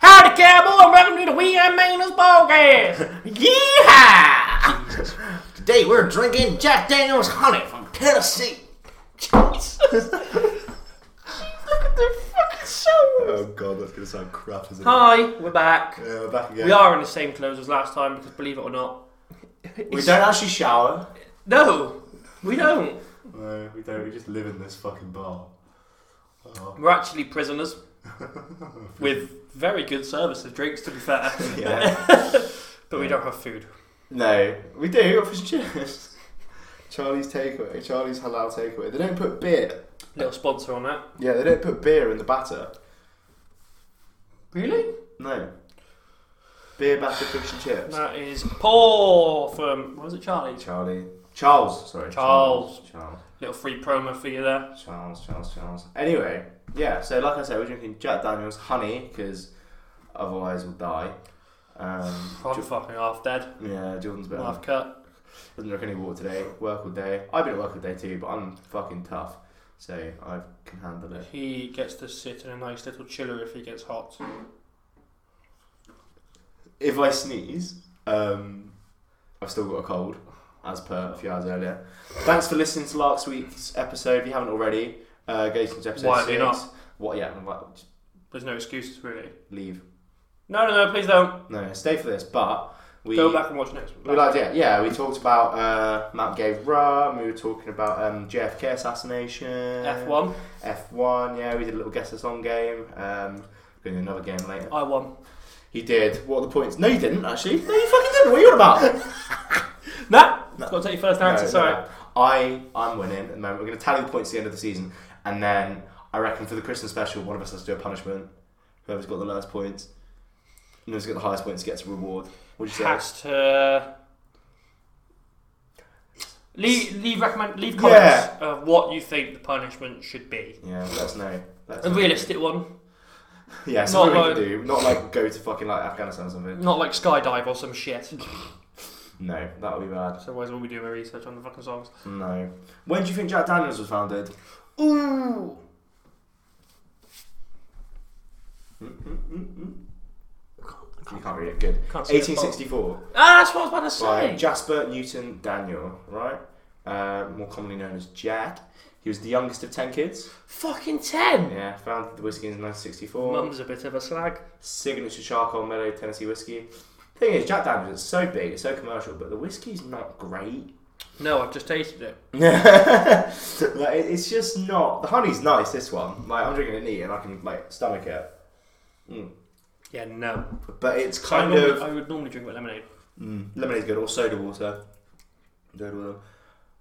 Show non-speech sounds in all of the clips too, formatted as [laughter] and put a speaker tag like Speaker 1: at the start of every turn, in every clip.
Speaker 1: up, cowboy? Welcome to the We Are Maintenance Podcast. [laughs] Yeehaw!
Speaker 2: Today we're drinking Jack Daniels honey from Tennessee.
Speaker 1: Jesus. [laughs] Jeez, look at their fucking shoulders.
Speaker 2: Oh god, that's gonna sound crap, isn't it?
Speaker 1: Hi, we're back.
Speaker 2: Yeah, we're back again.
Speaker 1: We are in the same clothes as last time because believe it or not.
Speaker 3: We don't actually shower.
Speaker 1: No, [laughs] we don't.
Speaker 2: No, we don't. We just live in this fucking bar.
Speaker 1: We're actually [laughs] prisoners with very good service of drinks, to be fair.
Speaker 3: Yeah.
Speaker 1: But we don't have food.
Speaker 3: no, we do. [laughs] we got Fish and chips. Charlie's takeaway. Charlie's halal takeaway. They don't put beer.
Speaker 1: Little sponsor on that.
Speaker 3: Yeah, they don't put beer in the batter.
Speaker 1: Really?
Speaker 3: No. Beer batter fish and chips.
Speaker 1: That is Paul from what was it, Charlie?
Speaker 3: Charlie. Charles. Sorry.
Speaker 1: Charles.
Speaker 3: Charles.
Speaker 1: Little free promo for you there.
Speaker 3: Charles. Charles. Charles. Anyway, yeah. So like I said, we're drinking Jack Daniel's honey because otherwise we'll die. Um,
Speaker 1: I'm fucking half dead.
Speaker 3: Ju- yeah, Jordan's a bit
Speaker 1: Half cut.
Speaker 3: Doesn't drink any water today. Work all day. I've been at work all day too, but I'm fucking tough, so I can handle it.
Speaker 1: He gets to sit in a nice little chiller if he gets hot.
Speaker 3: If I sneeze, um, I've still got a cold, as per a few hours earlier. Thanks for listening to last week's episode. If you haven't already, uh, go to episode
Speaker 1: Why have
Speaker 3: six.
Speaker 1: you not?
Speaker 3: What? Yeah, what- just
Speaker 1: There's no excuses really.
Speaker 3: leave.
Speaker 1: No, no, no, please don't.
Speaker 3: No, stay for this. But we
Speaker 1: Go back and watch next.
Speaker 3: We liked it. Yeah, we talked about uh, Mount Gay Rum. We were talking about um, JFK assassination.
Speaker 1: F one.
Speaker 3: F one. Yeah, we did a little guess the song game. Um, doing another game later.
Speaker 1: I won.
Speaker 3: He did. What are the points? No, you didn't actually. No, you fucking didn't. What are you
Speaker 1: [laughs]
Speaker 3: on about?
Speaker 1: Nah. Got to take your first answer.
Speaker 3: No,
Speaker 1: sorry.
Speaker 3: no. I I'm winning at the moment. We're going to tally the points at the end of the season, and then I reckon for the Christmas special, one of us has to do a punishment. Whoever's got the lowest points, and whoever's got the highest points gets a reward. Would you say?
Speaker 1: Has to. Leave, leave recommend leave comments
Speaker 3: Yeah.
Speaker 1: of what you think the punishment should be.
Speaker 3: Yeah, let us know. Let us
Speaker 1: A
Speaker 3: know.
Speaker 1: realistic one,
Speaker 3: Yeah, something
Speaker 1: Not
Speaker 3: we can do. Not like go to fucking like Afghanistan or something.
Speaker 1: not like skydive or some shit.
Speaker 3: No, that would be bad.
Speaker 1: So where's when we do my research on the fucking songs?
Speaker 3: No. When do you think Jack Daniels was founded?
Speaker 1: Ooh.
Speaker 3: You can't read it. Good.
Speaker 1: Can't see it.
Speaker 3: 1864.
Speaker 1: Ah, that's what I was about
Speaker 3: by
Speaker 1: to say.
Speaker 3: Jasper Newton Daniel, right? Uh, more commonly known as Jack. He was the youngest of 10 kids.
Speaker 1: Fucking ten.
Speaker 3: Yeah, founded the whiskey in 1964.
Speaker 1: Mum's a bit of a slag.
Speaker 3: Signature charcoal mellow Tennessee whiskey. Thing is, Jack Daniels is so big, it's so commercial, but the whiskey's not great.
Speaker 1: No, I've just tasted it.
Speaker 3: like, it- it's just not. The honey's nice, this one. Like, I'm drinking it neat and I can, like, stomach it. Mm.
Speaker 1: Yeah, no.
Speaker 3: But it's
Speaker 1: So I,
Speaker 3: kind
Speaker 1: normally,
Speaker 3: of.
Speaker 1: I would normally drink with lemonade.
Speaker 3: Lemonade's Mm. good, or soda water. Soda water.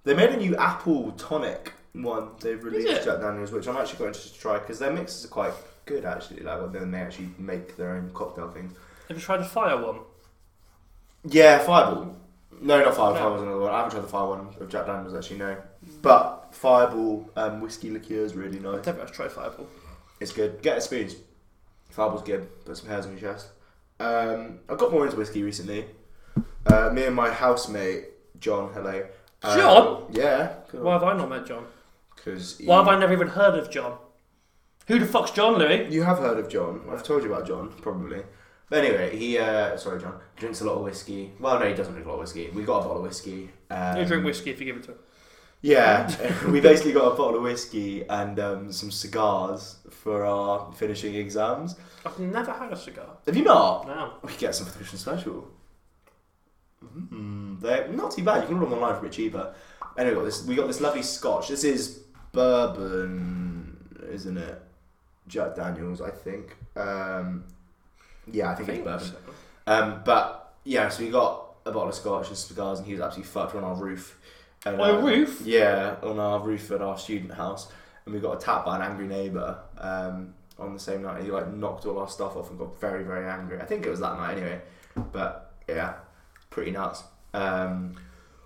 Speaker 3: They made a new apple tonic one. They've
Speaker 1: it?
Speaker 3: released Jack Daniels, which I'm actually quite interested to try because their mixes are quite good actually. Like when they- they actually make their own cocktail things.
Speaker 1: Have you tried the fire one?
Speaker 3: Yeah, Fireball. No, not Fireball.
Speaker 1: No.
Speaker 3: Fireball's another one. I haven't tried the Fire one of Jack Daniels actually. No, but Fireball um, whiskey liqueur is really nice.
Speaker 1: Never tried Fireball.
Speaker 3: It's good. Get a spoon. Fireball's good. Put some hairs on your chest. Um, I got more into whiskey recently. Uh, me and my housemate John, hello. Um,
Speaker 1: John?
Speaker 3: Yeah.
Speaker 1: Why have I not met John?
Speaker 3: Because
Speaker 1: Why have I never even heard of John? Who the fuck's John, Louis?
Speaker 3: you have heard of John. I've told you about John, probably. But anyway, he uh, sorry John drinks a lot of whiskey. Well, no, he doesn't drink a lot of whiskey. We got a bottle of whiskey. Um,
Speaker 1: you drink whiskey if you give it to him. [laughs]
Speaker 3: Yeah, [laughs] we basically got a bottle of whiskey and um, some cigars for our finishing exams.
Speaker 1: I've never had a cigar.
Speaker 3: Have you not?
Speaker 1: No.
Speaker 3: [laughs] We could get some for the Christmas special. Mm, they're not too bad. You can order them online for a bit cheaper. Anyway, we got this, we got this lovely scotch. This is bourbon, isn't it? Jack Daniels, I think. Um, yeah, I think, it's bourbon.
Speaker 1: so.
Speaker 3: Um, but yeah, so we got a bottle of scotch and cigars, and he was absolutely fucked. We're on our roof. And,
Speaker 1: On your
Speaker 3: uh,
Speaker 1: roof?
Speaker 3: Yeah, on our roof at our student house, and we got attacked by an angry neighbour um, on the same night. He like knocked all our stuff off and got very very angry. I think it was that night anyway. But yeah, pretty nuts. Um,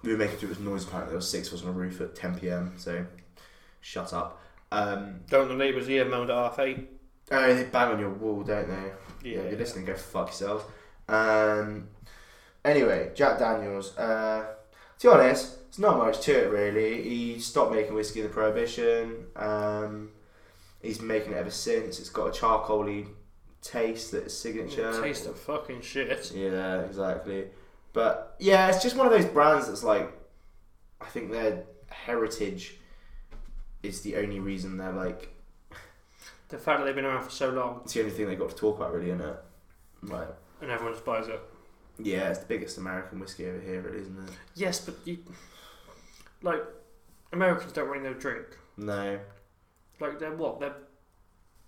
Speaker 3: we were making too much noise apparently. There was six of us on the roof at 10 p.m. So shut up. Um,
Speaker 1: Don't the neighbours here moan at half eight?
Speaker 3: oh, they bang on your wall, don't they? Yeah, if
Speaker 1: Yeah.
Speaker 3: you're listening, go fuck yourself. Um, anyway, Jack Daniels. Uh, to be honest, it's not much to it really. He stopped making whiskey in the Prohibition. Um, he's making it ever since. It's got a charcoaly taste that's signature.
Speaker 1: Taste of fucking shit.
Speaker 3: Yeah, exactly. But yeah, it's just one of those brands that's like, I think their heritage is the only reason they're like
Speaker 1: The fact that they've been around for so long
Speaker 3: it's the only thing they got to talk about really, isn't it? Like,
Speaker 1: and everyone just buys it.
Speaker 3: yeah, it's the biggest American whiskey over here, really, isn't it?
Speaker 1: Yes, but you, like, Americans don't really know drink.
Speaker 3: No,
Speaker 1: Like, they're what? Their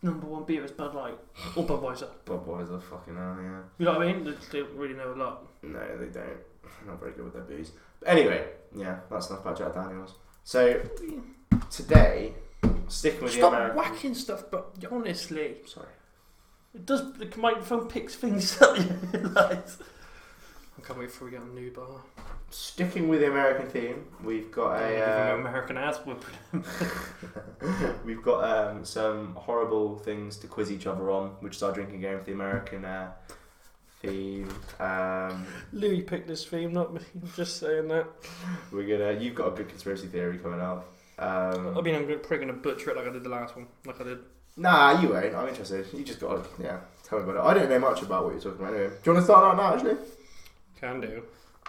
Speaker 1: number one beer is Bud Light or Budweiser.
Speaker 3: Budweiser, fucking hell, yeah.
Speaker 1: You know what I mean? They, they don't really know a lot.
Speaker 3: No, they don't. They're not very good with their booze. But anyway, yeah, that's enough about Jack Daniels. So today, sticking with
Speaker 1: Stop
Speaker 3: the American.
Speaker 1: whacking stuff, but honestly,
Speaker 3: Sorry.
Speaker 1: it does. The microphone picks things [laughs] up. like, I can't wait for we get a new bar.
Speaker 3: Sticking with the American theme, we've got
Speaker 1: Give
Speaker 3: a.
Speaker 1: them
Speaker 3: um,
Speaker 1: an American ass whooping.
Speaker 3: [laughs] We've got um, some horrible things to quiz each other on, which is our drinking game for the American uh, theme. Um,
Speaker 1: Louis picked this theme, not me. I'm just saying that.
Speaker 3: we're gonna. You've got a good conspiracy theory coming up. Um,
Speaker 1: I mean, I'm gonna- probably going to butcher it like I did the last one. Like I did.
Speaker 3: nah, you won't. I'm interested. You just got. to Yeah, tell me about it. I don't know much about what you're talking about. Anyway, do you want to start out now? Actually.
Speaker 1: Can do.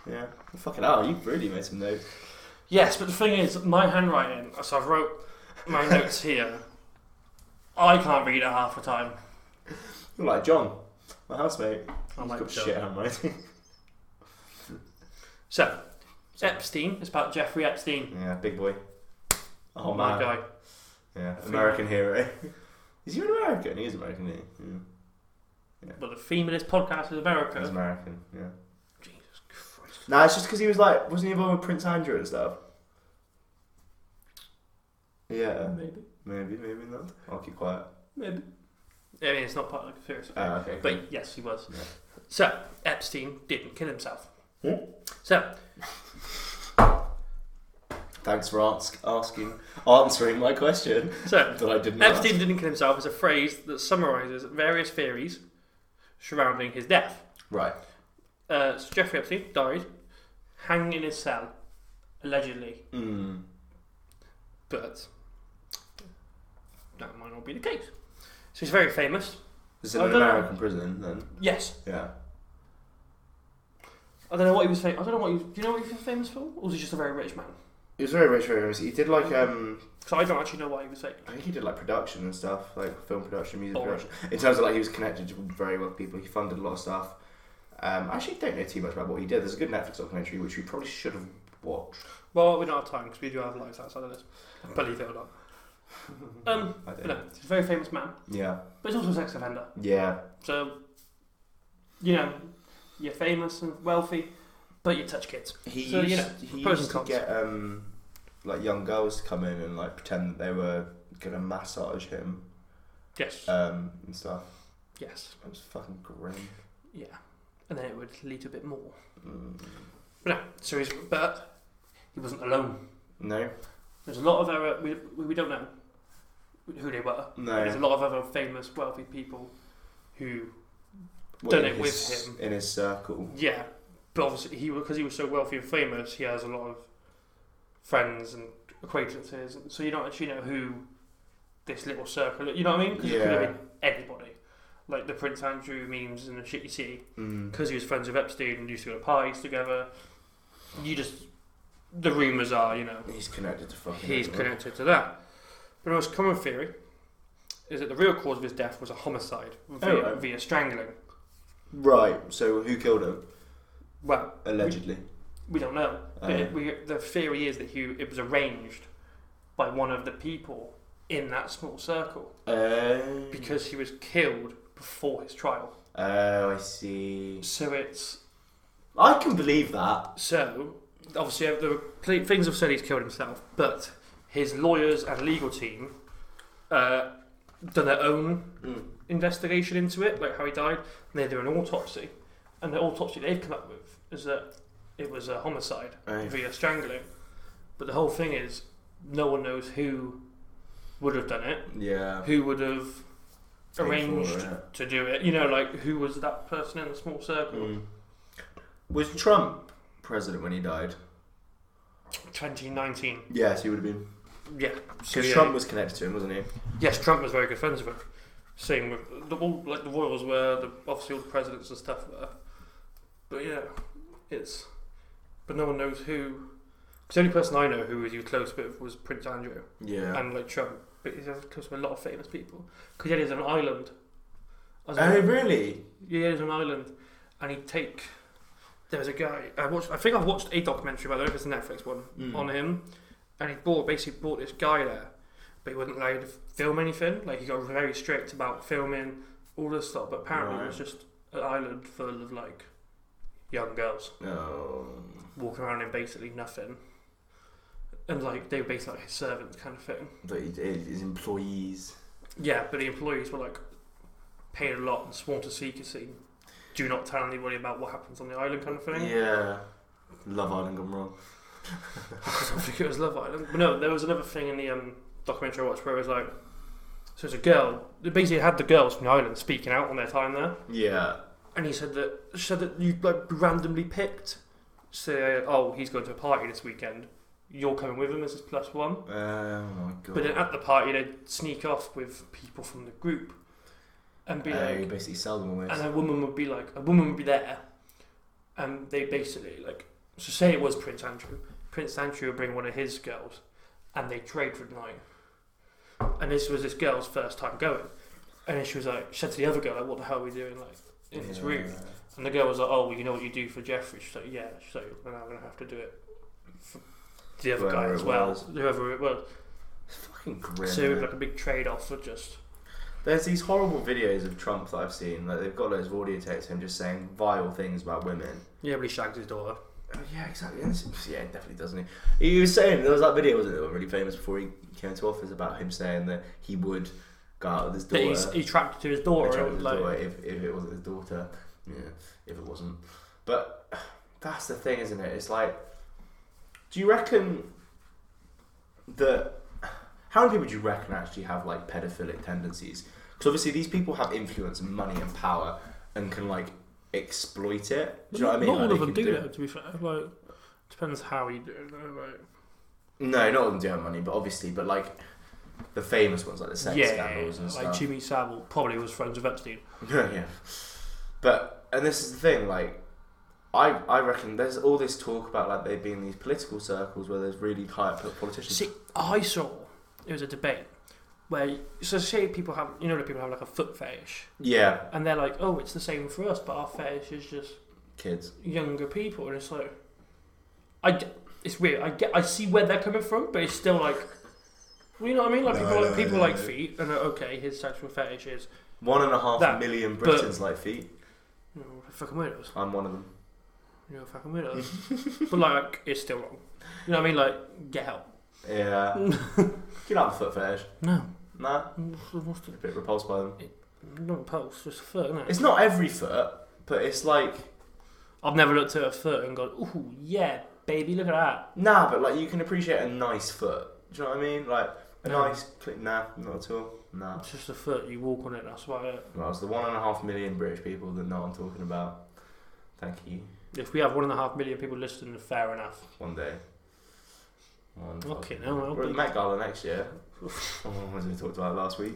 Speaker 3: Yeah. Fucking hell, you've really made some notes.
Speaker 1: Yes, but the thing is, my handwriting, so I've wrote
Speaker 3: [laughs]
Speaker 1: my notes here. I can't read it half the time.
Speaker 3: You're like John, my housemate.
Speaker 1: I'm
Speaker 3: He's
Speaker 1: like,
Speaker 3: got
Speaker 1: John.
Speaker 3: shit handwriting.
Speaker 1: So, Epstein, it's about Jeffrey Epstein.
Speaker 3: [laughs] yeah, big boy. Oh,
Speaker 1: my
Speaker 3: man.
Speaker 1: guy.
Speaker 3: Yeah, American hero. [laughs] is he an American? He is American, isn't he? Yeah.
Speaker 1: But the theme of this podcast is America.
Speaker 3: He's American, yeah.
Speaker 1: Jesus Christ.
Speaker 3: Nah, it's just because he was like, wasn't he involved with Prince Andrew and stuff? Yeah,
Speaker 1: Maybe.
Speaker 3: maybe, maybe not. I'll keep quiet.
Speaker 1: Maybe. I mean, it's not part of the conspiracy.
Speaker 3: Ah, okay. cool.
Speaker 1: But yes, he was.
Speaker 3: Yeah.
Speaker 1: So, Epstein didn't kill himself.
Speaker 3: Hmm?
Speaker 1: So,
Speaker 3: Thanks for ask, asking, answering my question
Speaker 1: so
Speaker 3: that I [laughs] didn't ask.
Speaker 1: Epstein didn't kill himself is a phrase that summarizes various theories surrounding his death.
Speaker 3: Right.
Speaker 1: Uh, so Jeffrey Epstein died hanging in his cell, allegedly,
Speaker 3: Mm.
Speaker 1: but that might not be the case. So he's very famous.
Speaker 3: Is it
Speaker 1: I
Speaker 3: an
Speaker 1: dunno.
Speaker 3: American prison then?
Speaker 1: Yes,
Speaker 3: Yeah.
Speaker 1: I don't know what he was famous. I don't know what he was, do you know what he was famous for, or was he just a very rich man?
Speaker 3: He was very rich, very rich. He did like um,
Speaker 1: Because I don't actually know what he was famous.
Speaker 3: I think he did like production and stuff, like film production, music
Speaker 1: Oh,
Speaker 3: production. In terms of like he was connected to very well with people. He funded a lot of stuff. Um, I actually don't know too much about what he did. There's a good Netflix documentary which we probably should have watched.
Speaker 1: Well, we don't have time because we do have lives outside of this. Believe it or not. Um,
Speaker 3: I don't.
Speaker 1: but no, he's a very famous man,
Speaker 3: Yeah.
Speaker 1: but he's also a sex offender.
Speaker 3: Yeah.
Speaker 1: So, you know, you're famous and wealthy, but you touch kids.
Speaker 3: He
Speaker 1: So,
Speaker 3: used,
Speaker 1: you know,
Speaker 3: he
Speaker 1: pros
Speaker 3: used to
Speaker 1: and cons.
Speaker 3: get um, like young girls to come in and like pretend that they were gonna massage him
Speaker 1: Yes.
Speaker 3: um, and stuff.
Speaker 1: yes.
Speaker 3: It was fucking grim.
Speaker 1: Yeah. And then it would lead to a bit more.
Speaker 3: Mm.
Speaker 1: But no, so he's, but he wasn't alone.
Speaker 3: No.
Speaker 1: There's a lot of other, we, we we don't know who they were. There's a
Speaker 3: No.
Speaker 1: lot of other famous, wealthy people who,
Speaker 3: Well,
Speaker 1: done
Speaker 3: in
Speaker 1: it with
Speaker 3: his-
Speaker 1: him.
Speaker 3: in his circle.
Speaker 1: yeah, but obviously, he because he was so wealthy and famous, he has a lot of friends and acquaintances. So you don't actually know who this little circle, you know what I mean? Because it could have
Speaker 3: Yeah.
Speaker 1: been anybody. Like the Prince Andrew memes and the shit you see.
Speaker 3: Mm.
Speaker 1: because he was friends with Epstein and used to go to parties together. You just the rumors are, you know,
Speaker 3: He's connected to fucking.
Speaker 1: he's
Speaker 3: everyone.
Speaker 1: connected to that. But the most common theory is that the real cause of his death was a homicide via,
Speaker 3: Oh, right.
Speaker 1: via strangling.
Speaker 3: Right. So who killed him?
Speaker 1: Well,
Speaker 3: Allegedly.
Speaker 1: we don't know. But
Speaker 3: Oh.
Speaker 1: it, we, the theory is that he it was arranged by one of the people in that small circle
Speaker 3: Oh.
Speaker 1: because he was killed before his trial.
Speaker 3: Oh, I see.
Speaker 1: So it's
Speaker 3: I can believe that.
Speaker 1: So, obviously, uh, there were pl- things have said he's killed himself, but his lawyers and legal team uh, done their own
Speaker 3: Mm.
Speaker 1: investigation into it, like how he died, and they do an autopsy. And the autopsy they've come up with is that it was a homicide
Speaker 3: Right.
Speaker 1: via strangling. But the whole thing is, no one knows who would have done it,
Speaker 3: Yeah.
Speaker 1: who would have
Speaker 3: Paid for
Speaker 1: arranged
Speaker 3: it.
Speaker 1: to do it. You know, like who was that person in the small circle?
Speaker 3: Mm. Was Trump president when he died?
Speaker 1: 2019.
Speaker 3: Yes, he would have been.
Speaker 1: Yeah.
Speaker 3: Because
Speaker 1: yeah.
Speaker 3: Trump was connected to him, wasn't he?
Speaker 1: Yes, Trump was very good friends with him. Same with the all, like the royals were, the obviously all the presidents and stuff were. But yeah, it's but no one knows who. 'cause the only person I know who was you close with was Prince Andrew
Speaker 3: Yeah.
Speaker 1: and like Trump. But he's close with a lot of famous people because he lives on an island. I was like,
Speaker 3: Oh really?
Speaker 1: yeah, he was on an island, and he'd take. There was a guy I watched. I think I've watched a documentary, but I don't know if it's a Netflix one
Speaker 3: Mm.
Speaker 1: on him, and he bought basically bought this guy there, but he wasn't allowed to film anything. Like he got very strict about filming all this stuff. But apparently, it was
Speaker 3: Right.
Speaker 1: just an island full of like young girls
Speaker 3: Oh.
Speaker 1: walking around in basically nothing, and like they were basically like his servants kind of thing.
Speaker 3: But he- he- his employees.
Speaker 1: Yeah, but the employees were like paid a lot and sworn to secrecy. Do not tell anybody about what happens on the island, kind of thing.
Speaker 3: Yeah. Love Island gone wrong.
Speaker 1: I don't think it was Love Island. But no, there was another thing in the um, documentary I watched where it was like, so it's a girl. They basically had the girls from the island speaking out on their time there,
Speaker 3: Yeah.
Speaker 1: and he said that she said that you like randomly picked. Say, oh, he's going to a party this weekend. You're coming with him as his plus one.
Speaker 3: Oh my god.
Speaker 1: But then at the party, they'd sneak off with people from the group, and be
Speaker 3: Oh,
Speaker 1: like,
Speaker 3: you basically sell them away.
Speaker 1: and a woman would be like a woman would be there and they basically like so say it was Prince Andrew Prince Andrew would bring one of his girls and they trade for the night and this was this girl's first time going and then she was like she said to the other girl like what the hell are we doing like in this room and the girl was like oh well, you know what you do for Jeffrey she's like yeah she's like then I'm gonna have to do it for the other guy
Speaker 3: Whoever
Speaker 1: as
Speaker 3: it
Speaker 1: well
Speaker 3: was.
Speaker 1: whoever it was
Speaker 3: Fucking grim.
Speaker 1: so it was
Speaker 3: innit?
Speaker 1: like a big trade off for just
Speaker 3: There's these horrible videos of Trump that I've seen. Like they've got loads of audio tapes of him just saying vile things about women.
Speaker 1: yeah but he shagged his daughter
Speaker 3: Oh, yeah, exactly. And it's- yeah, definitely doesn't he? He was saying there was that video wasn't it, that was really famous before he came into office about him saying that he would go out with his
Speaker 1: But
Speaker 3: daughter.
Speaker 1: he's, he trapped it to his
Speaker 3: Or
Speaker 1: daughter,
Speaker 3: tried with his
Speaker 1: like,
Speaker 3: daughter if, if it wasn't his daughter. Yeah, if it wasn't. But that's the thing, isn't it? It's like, do you reckon that. How many people do you reckon actually have like pedophilic tendencies? Because obviously these people have influence and money and power and can like exploit it. Do you know what I mean?
Speaker 1: Not
Speaker 3: Like,
Speaker 1: all
Speaker 3: they
Speaker 1: of them
Speaker 3: can
Speaker 1: do,
Speaker 3: it.
Speaker 1: that, to be fair. Like, depends how you do it. Though. Like,
Speaker 3: No, not all of them do have money, but obviously, but like the famous ones like the sex scandals and
Speaker 1: like
Speaker 3: stuff.
Speaker 1: Jimmy Savile probably was friends with Epstein.
Speaker 3: [laughs] yeah, yeah. But and this is the thing, like I I reckon there's all this talk about like they being in these political circles where there's really high up politicians.
Speaker 1: See, I saw it was a debate where so say people have you know that people have like a foot fetish
Speaker 3: yeah,
Speaker 1: and they're like, oh, it's the same for us, but our fetish is just
Speaker 3: kids.
Speaker 1: younger people, and it's like, I get- it's weird. I get I see where they're coming from, but it's still like. Well, you know what I mean? Like
Speaker 3: No,
Speaker 1: people, like,
Speaker 3: no,
Speaker 1: people
Speaker 3: no,
Speaker 1: like
Speaker 3: no.
Speaker 1: feet, and uh, okay, his sexual fetish is
Speaker 3: One and a half
Speaker 1: That-
Speaker 3: million
Speaker 1: but-
Speaker 3: Britons like feet.
Speaker 1: you know, fucking weirdos.
Speaker 3: I'm one of them.
Speaker 1: You're a fucking weirdo. but like, it's still wrong. You know what I mean? Like, get help. [laughs]
Speaker 3: Yeah. you don't have a foot fetish.
Speaker 1: No.
Speaker 3: Nah,
Speaker 1: What's the,
Speaker 3: a bit repulsed by them.
Speaker 1: not a pulse, just a foot, isn't it?
Speaker 3: It's not every foot, but it's like
Speaker 1: I've never looked at a foot and gone, ooh, yeah, baby, look at that.
Speaker 3: nah, but like you can appreciate a nice foot. Do you know what I mean? Like a
Speaker 1: No.
Speaker 3: nice, clean- nah, not at all. Nah.
Speaker 1: It's just a foot, you walk on it, that's why. uh,
Speaker 3: Well, it's the one and a half million British people that know I'm talking about. Thank you.
Speaker 1: If we have one and a half million people listening, fair enough.
Speaker 3: One day. One
Speaker 1: Okay,
Speaker 3: fucking-
Speaker 1: now I'll
Speaker 3: We're at
Speaker 1: be-
Speaker 3: the Met Gala next year. [laughs] oh, what did we talk about last week?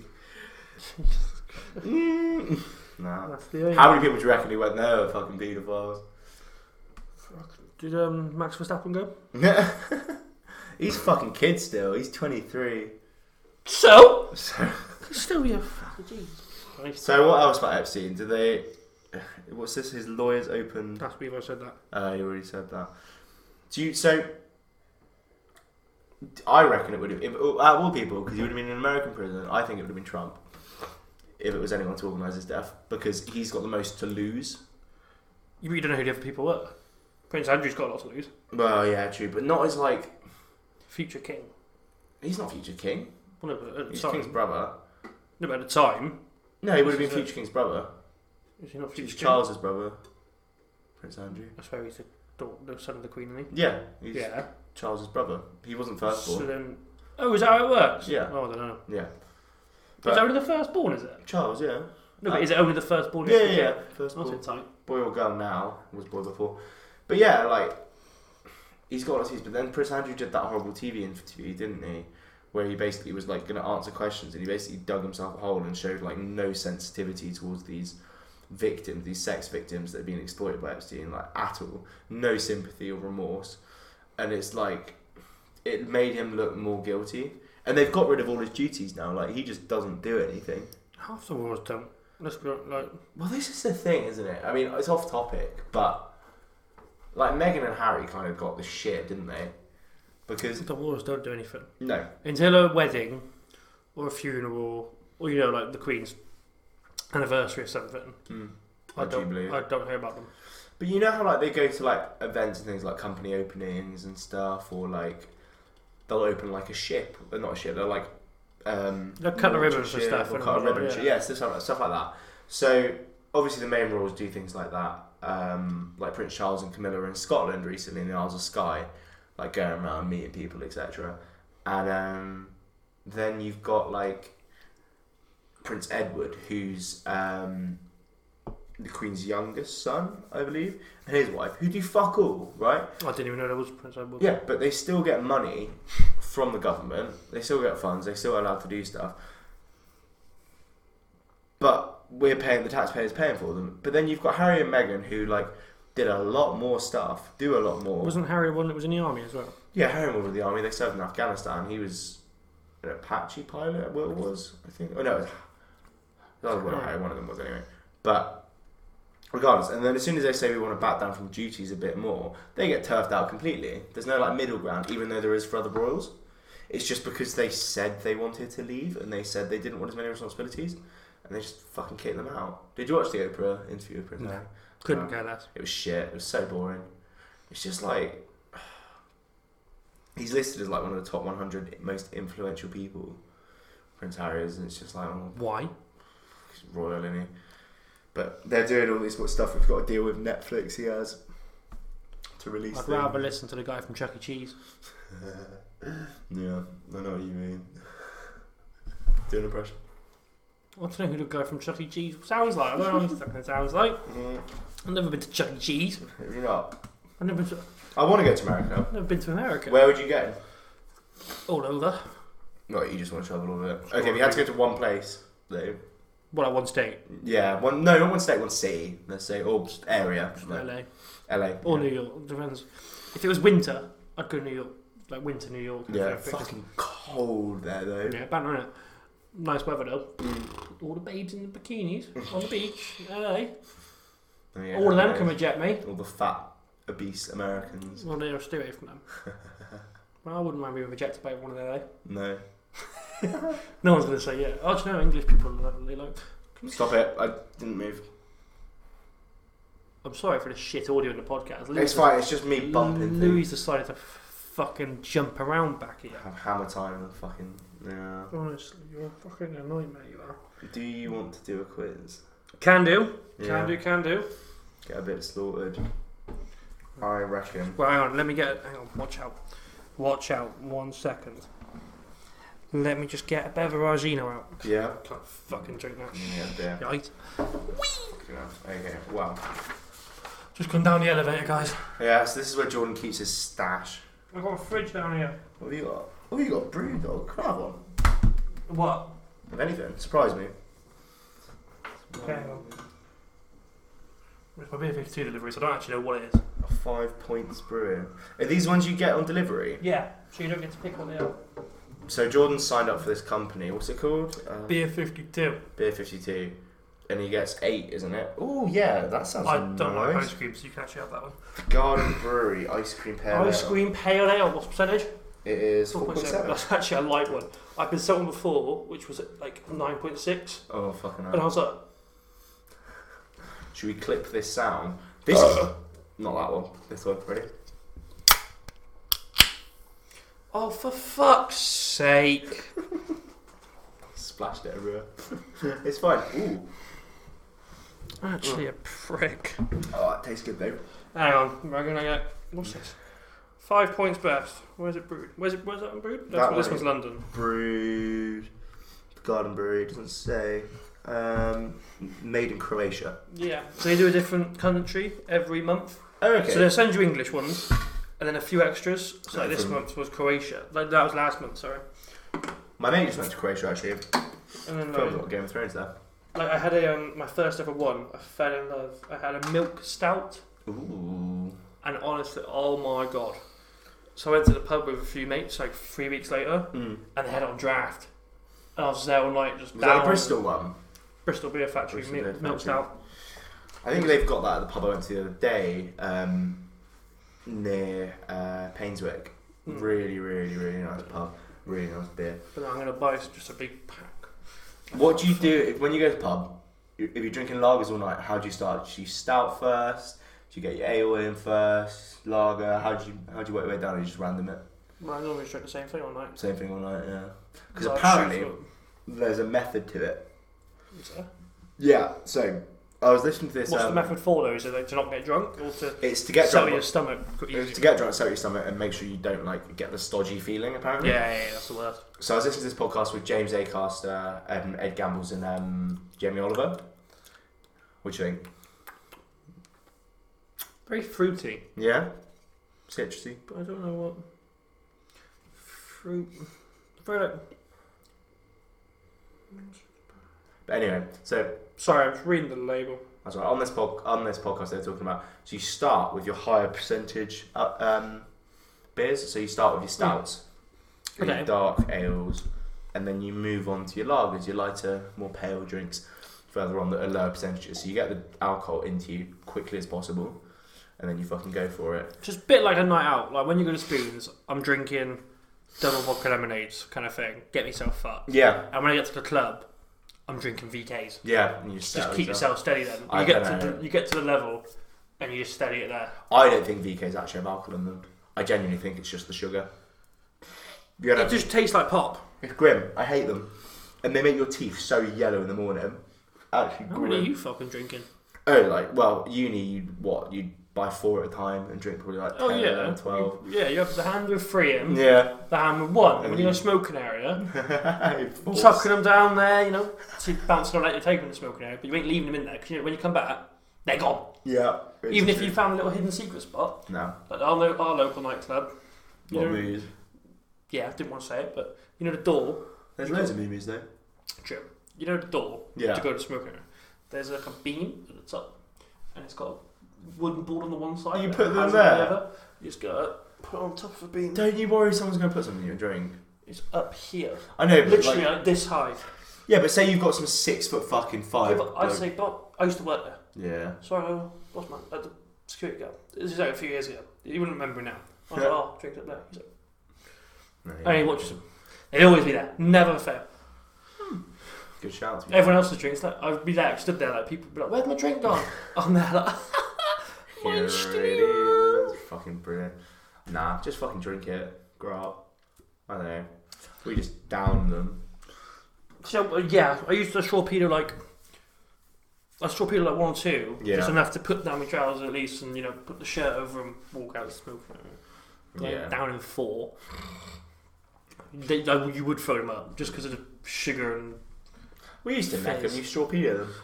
Speaker 3: Mm. nah.
Speaker 1: That's the aim.
Speaker 3: How many people do you reckon who went there were fucking paedophiles?
Speaker 1: Did um, Max Verstappen go?
Speaker 3: [laughs] He's fucking kid still. He's 23.
Speaker 1: So?
Speaker 3: So,
Speaker 1: Still be a fucking jeez. Christ.
Speaker 3: so what else about Epstein? Do they? What's this? His lawyers opened.
Speaker 1: That's we've already said that.
Speaker 3: Uh, you already said that. Do you so? I reckon it would have. If, uh, out of all people, because he would have been in an American prison, I think it would have been Trump. If it was anyone to organise his death, because he's got the most to lose.
Speaker 1: You really don't know who the other people were. Prince Andrew's got a lot to lose.
Speaker 3: Well, yeah, true, but not as like
Speaker 1: Future king.
Speaker 3: he's not future king.
Speaker 1: Well, no, but at the
Speaker 3: He's
Speaker 1: time.
Speaker 3: king's brother.
Speaker 1: No, but at the time.
Speaker 3: No, he would have been
Speaker 1: He's a-
Speaker 3: future king's brother.
Speaker 1: Is he not future
Speaker 3: He's
Speaker 1: king?
Speaker 3: Charles's brother, Prince Andrew.
Speaker 1: I swear he's the, daughter, the son of the queen, isn't
Speaker 3: Yeah, he's
Speaker 1: he? Yeah.
Speaker 3: Charles's brother. He wasn't firstborn.
Speaker 1: So then, oh, is that how it works?
Speaker 3: Yeah.
Speaker 1: Oh, I don't know.
Speaker 3: yeah,
Speaker 1: But
Speaker 3: But-
Speaker 1: is that only the firstborn? Is it?
Speaker 3: Charles. Yeah.
Speaker 1: No, but is it only the firstborn?
Speaker 3: Yeah, yeah, yeah. Firstborn.
Speaker 1: That's it, tight.
Speaker 3: boy or girl now was boy before, but yeah, like he's got all these. But then Prince Andrew did that horrible TV interview, didn't he? where he basically was like going to answer questions and he basically dug himself a hole and showed like no sensitivity towards these victims, these sex victims that have been exploited by Epstein, like at all, no sympathy or remorse, and it's like it made him look more guilty. And they've got rid of all his duties now. Like he just doesn't do anything.
Speaker 1: Half the wars don't. Let's be hon- like,
Speaker 3: Well, this is the thing, isn't it? I mean, it's off topic, but like Meghan and Harry kind of got the shit, didn't they? Because
Speaker 1: the wars don't do anything
Speaker 3: no,
Speaker 1: until a wedding or a funeral or you know like the Queen's anniversary or something. I
Speaker 3: Hmm. Like
Speaker 1: don't.
Speaker 3: Jubilee.
Speaker 1: I don't hear about them.
Speaker 3: But you know how like they go to like events and things like company openings and stuff, or like they'll open like a ship, well, not a ship, they're like um,
Speaker 1: They'll cut the
Speaker 3: launch a
Speaker 1: ribbons and
Speaker 3: ship
Speaker 1: stuff
Speaker 3: or
Speaker 1: and
Speaker 3: cut a
Speaker 1: whatnot,
Speaker 3: ribbon,
Speaker 1: yeah.
Speaker 3: yeah, stuff, like- stuff like that. So obviously the main royals do things like that. Um, like Prince Charles and Camilla were in Scotland recently in the Isles of Skye, like going around meeting people, etc. And um, then you've got like Prince Edward, who's um, the Queen's youngest son, I believe, and his wife, who do fuck all, right?
Speaker 1: I didn't even know there was Prince Edward.
Speaker 3: Yeah, but they still get money from the government. They still get funds. They still are allowed to do stuff. But we're paying the taxpayers paying for them. But then you've got Harry and Meghan who like did a lot more stuff, do a lot more.
Speaker 1: Wasn't Harry one that was in the army as well?
Speaker 3: Yeah, Harry was with the army. They served in Afghanistan. He was an Apache pilot. Will was I think? Oh no, it was- that was Will Harry. One of them was anyway. But regardless, and then as soon as they say we want to back down from duties a bit more, they get turfed out completely. There's no like middle ground, even though there is for other royals. It's just because they said they wanted to leave and they said they didn't want as many responsibilities, and they just fucking kick them out. Did you watch the Oprah interview with Prince
Speaker 1: No.
Speaker 3: Harry?
Speaker 1: Couldn't
Speaker 3: No.
Speaker 1: care less.
Speaker 3: It was shit. It was so boring. It's just like [sighs] he's listed as like one of the top 100 most influential people. Prince Harry is, and it's just like oh,
Speaker 1: Why?
Speaker 3: he's royal, isn't he? But they're doing all this sort of stuff. We've got to deal with Netflix. He has to release.
Speaker 1: I'd
Speaker 3: things.
Speaker 1: rather listen to the guy from Chuck E. Cheese.
Speaker 3: yeah, I know what you mean. [laughs] Do an impression.
Speaker 1: I want to know who the guy from Chuck E. Cheese sounds like. I don't know what he fucking sounds like. I've never been to Chuck E. Cheese.
Speaker 3: Have you Mm, not?
Speaker 1: I've never, been to,
Speaker 3: I want to go to America.
Speaker 1: I've never been to America.
Speaker 3: Where would you go?
Speaker 1: All over.
Speaker 3: Not you just want to travel all over. Okay, if you had to go to one place though,
Speaker 1: Well, at one state,
Speaker 3: Yeah, one no, not one state, one city. Let's say or area, like
Speaker 1: LA
Speaker 3: LA
Speaker 1: or
Speaker 3: yeah.
Speaker 1: New York. Depends. If it was winter, I'd go to New York, like winter New York.
Speaker 3: Yeah,
Speaker 1: If it was-
Speaker 3: fucking cold there though.
Speaker 1: Yeah, bang on it. Nice weather though. All the babes in the bikinis on the beach, LA.
Speaker 3: Oh, yeah,
Speaker 1: All of them
Speaker 3: yeah.
Speaker 1: can reject me.
Speaker 3: All the fat, obese Americans.
Speaker 1: Well, they'll stay away from
Speaker 3: [laughs]
Speaker 1: them. well, I wouldn't mind being rejected by one of LA.
Speaker 3: No,
Speaker 1: No one's gonna say yeah. Oh, do you know English people are lovely. Like,
Speaker 3: stop it! I didn't move.
Speaker 1: I'm sorry for the shit audio in the podcast.
Speaker 3: It's fine. It's just me bumping
Speaker 1: Louis decided to f- fucking jump around back here.
Speaker 3: things. Have hammer time and fucking. Yeah.
Speaker 1: Honestly, you're a fucking annoying man. You are.
Speaker 3: Do you want to do a quiz?
Speaker 1: Can do.
Speaker 3: Yeah.
Speaker 1: Can do. Can do.
Speaker 3: Get a bit slaughtered. I reckon.
Speaker 1: Well, hang on, let me get. Hang on, watch out. Watch out, one second. Let me just get a Beveragino out.
Speaker 3: Yeah.
Speaker 1: can't fucking drink that
Speaker 3: Yeah. Yeah.
Speaker 1: shit.
Speaker 3: Okay. Wow.
Speaker 1: Just come down the elevator, guys.
Speaker 3: Yeah. So this is where Jordan keeps his stash.
Speaker 1: I've got a fridge down here.
Speaker 3: What have you got? What have you got? Brew dog. Can I have one?
Speaker 1: What?
Speaker 3: If anything, surprise me.
Speaker 1: Hang on. It's my beer 52 delivery, so I don't actually know what it is.
Speaker 3: A five points brewer. Are these ones you get on delivery?
Speaker 1: Yeah, so you don't get to pick one out.
Speaker 3: So Jordan signed up for this company. What's it called? Uh,
Speaker 1: Beer 52.
Speaker 3: Beer Fifty Two, and he gets eight, isn't it? Oh yeah, that sounds
Speaker 1: I don't like
Speaker 3: nice.
Speaker 1: ice cream, so you can actually have that one.
Speaker 3: Garden Brewery ice cream pear.
Speaker 1: ice
Speaker 3: ale.
Speaker 1: cream pale ale, what's the percentage?
Speaker 3: It is four point
Speaker 1: 4.7.
Speaker 3: seven.
Speaker 1: That's actually a light one. I've been selling before, which was at like 9.6,
Speaker 3: Oh fucking
Speaker 1: and I
Speaker 3: hell!
Speaker 1: was like,
Speaker 3: Should we clip this sound? This not that one. This one, ready?
Speaker 1: Oh, for fuck's sake.
Speaker 3: Splashed it everywhere. [laughs] it's fine. Ooh,
Speaker 1: Actually, a prick.
Speaker 3: oh, it tastes good though.
Speaker 1: Hang on, we're gonna get. What's this? Five points best. Where's it brewed? Where's it? Where's that one brewed? That's
Speaker 3: That
Speaker 1: what, this
Speaker 3: one.
Speaker 1: one's London.
Speaker 3: Brewed. Garden Brewery doesn't say. Um, made in Croatia.
Speaker 1: Yeah. So they do a different country every month.
Speaker 3: Okay.
Speaker 1: So they'll send you English ones, and then a few extras. So like this
Speaker 3: Different.
Speaker 1: month was Croatia. Like, that was last month. Sorry.
Speaker 3: My mate just went to Croatia actually.
Speaker 1: And then um,
Speaker 3: Filmed a
Speaker 1: like,
Speaker 3: lot of Game of Thrones there.
Speaker 1: like I had a um, my first ever one. I fell in love. I had a milk stout,
Speaker 3: Ooh.
Speaker 1: and honestly, oh my god. So I went to the pub with a few mates like three weeks later,
Speaker 3: Mm.
Speaker 1: and they had it on draft. And I was there all night just
Speaker 3: Was that
Speaker 1: down-
Speaker 3: a Bristol one?
Speaker 1: Bristol Beer Factory
Speaker 3: Bristol Beer
Speaker 1: milk, milk
Speaker 3: Factory.
Speaker 1: stout.
Speaker 3: I think they've got that at the pub I went to the other day um, near uh, Painswick.
Speaker 1: Mm.
Speaker 3: Really, really, really nice pub. Really nice beer.
Speaker 1: But now I'm gonna buy just a big pack.
Speaker 3: What do you do if, when you go to the pub? If you're drinking lagers all night, how do you start? Do you stout first? Do you get your ale in first? Lager? How do you how do you work your way down? Or you just random it.
Speaker 1: Well, I normally just drink the same thing all night.
Speaker 3: Same thing all night. Yeah. Because
Speaker 1: Like,
Speaker 3: apparently uh,
Speaker 1: shoot
Speaker 3: there's a method to it.
Speaker 1: for- is there?
Speaker 3: Yeah. So I was listening to this.
Speaker 1: What's the
Speaker 3: um,
Speaker 1: method for though? Is it like to not get drunk or to
Speaker 3: It's to get
Speaker 1: settle
Speaker 3: drunk.
Speaker 1: your stomach?
Speaker 3: It's to
Speaker 1: easier?
Speaker 3: get drunk, settle your stomach, and make sure you don't like get the stodgy feeling. Apparently.
Speaker 1: Yeah, yeah, yeah, that's the worst.
Speaker 3: So I was listening to this podcast with James Acaster, um, Ed Gambles, and um, Jamie Oliver. What do you think?
Speaker 1: Very fruity.
Speaker 3: Yeah. Citrusy.
Speaker 1: But I don't know what fruit. Very like-
Speaker 3: But anyway, so
Speaker 1: Sorry, I'm just reading the label.
Speaker 3: That's right. On this pod, on this podcast, they're talking about so you start with your higher percentage uh, um, beers. So you start with your stouts, your
Speaker 1: Okay.
Speaker 3: dark ales, and then you move on to your lagers, your lighter, more pale drinks. Further on, that are lower percentages. So you get the alcohol into you quickly as possible, and then you fucking go for it.
Speaker 1: Just a bit like a night out. Like when you go to spoons, I'm drinking double vodka lemonades kind of thing. Get myself fucked.
Speaker 3: Yeah,
Speaker 1: And when I get to the club, I'm drinking VKs.
Speaker 3: yeah. And you just,
Speaker 1: Just
Speaker 3: settle
Speaker 1: keep
Speaker 3: yourself.
Speaker 1: yourself steady then. You
Speaker 3: I
Speaker 1: get
Speaker 3: dunno.
Speaker 1: to the, you get to the level, and you just steady it there.
Speaker 3: I don't think VKs actually have alcohol in them. I genuinely think it's just the sugar. You know,
Speaker 1: It just tastes like pop.
Speaker 3: It's grim. I hate them. And they make your teeth so yellow in the morning. Actually,
Speaker 1: How many are
Speaker 3: grim.
Speaker 1: you fucking drinking?
Speaker 3: Oh, like, well, uni, you'd what? You'd buy four at a time and drink probably like 10,
Speaker 1: Oh yeah, Mm.
Speaker 3: 11, 12.
Speaker 1: You- yeah. You have the hand with three in,
Speaker 3: Yeah. [laughs]
Speaker 1: the hand with one.
Speaker 3: And
Speaker 1: When
Speaker 3: you-
Speaker 1: you're in a smoking area,
Speaker 3: Force.
Speaker 1: tucking them down there, you know, so you bouncing around like you're taking the smoking area, but you ain't leaving them in there because you know, when you come back, they're gone.
Speaker 3: Yeah. it's
Speaker 1: Even if
Speaker 3: true.
Speaker 1: you found a little hidden secret spot,
Speaker 3: No.
Speaker 1: like our, lo- our local nightclub, you
Speaker 3: What
Speaker 1: know,
Speaker 3: movies?
Speaker 1: yeah, I didn't want to say it, but you know the door,
Speaker 3: There's
Speaker 1: you
Speaker 3: loads of movies, though.
Speaker 1: Jim, you know the door
Speaker 3: Yeah.
Speaker 1: to go to the smoking area. There's like a beam at the top, and it's got a wooden board on the one side.
Speaker 3: You
Speaker 1: and
Speaker 3: put
Speaker 1: it
Speaker 3: them
Speaker 1: has it on the
Speaker 3: there?
Speaker 1: other. You just go up, put it on top of a beam.
Speaker 3: Don't you worry someone's going to put something in your drink.
Speaker 1: It's up here,
Speaker 3: I know, but
Speaker 1: literally
Speaker 3: like,
Speaker 1: like, this high.
Speaker 3: yeah, but say you've got some six foot fucking five.
Speaker 1: Yeah, but I
Speaker 3: bloke-
Speaker 1: say, but I used to work there.
Speaker 3: yeah.
Speaker 1: Sorry, uh, what's my at the security guard? This is like a few years ago. You wouldn't remember now. I was like, oh, drink up there. He's like,
Speaker 3: No,
Speaker 1: I
Speaker 3: yeah.
Speaker 1: only watches them. They'd always be there. Never fail.
Speaker 3: Good shout. to be-
Speaker 1: Everyone else's drinks, like I'd be like stood there, like people would be like, "Where's my drink gone?" [laughs] I'm there, like,
Speaker 3: Here
Speaker 1: mine's still
Speaker 3: it
Speaker 1: here.
Speaker 3: is. Fucking brilliant. Nah, just fucking drink it. Grow up. I don't know. We just down them.
Speaker 1: So uh, yeah, I used to torpedo like. I was torpedo like one or two,
Speaker 3: Yeah.
Speaker 1: just enough to put down my trousers at least, and you know, put the shirt over and walk out smoking. Like,
Speaker 3: Yeah.
Speaker 1: Down in four. They, like, you would throw them up just because of the sugar and.
Speaker 3: We used to neck them.
Speaker 1: Fizz.
Speaker 3: You used to torpedo them.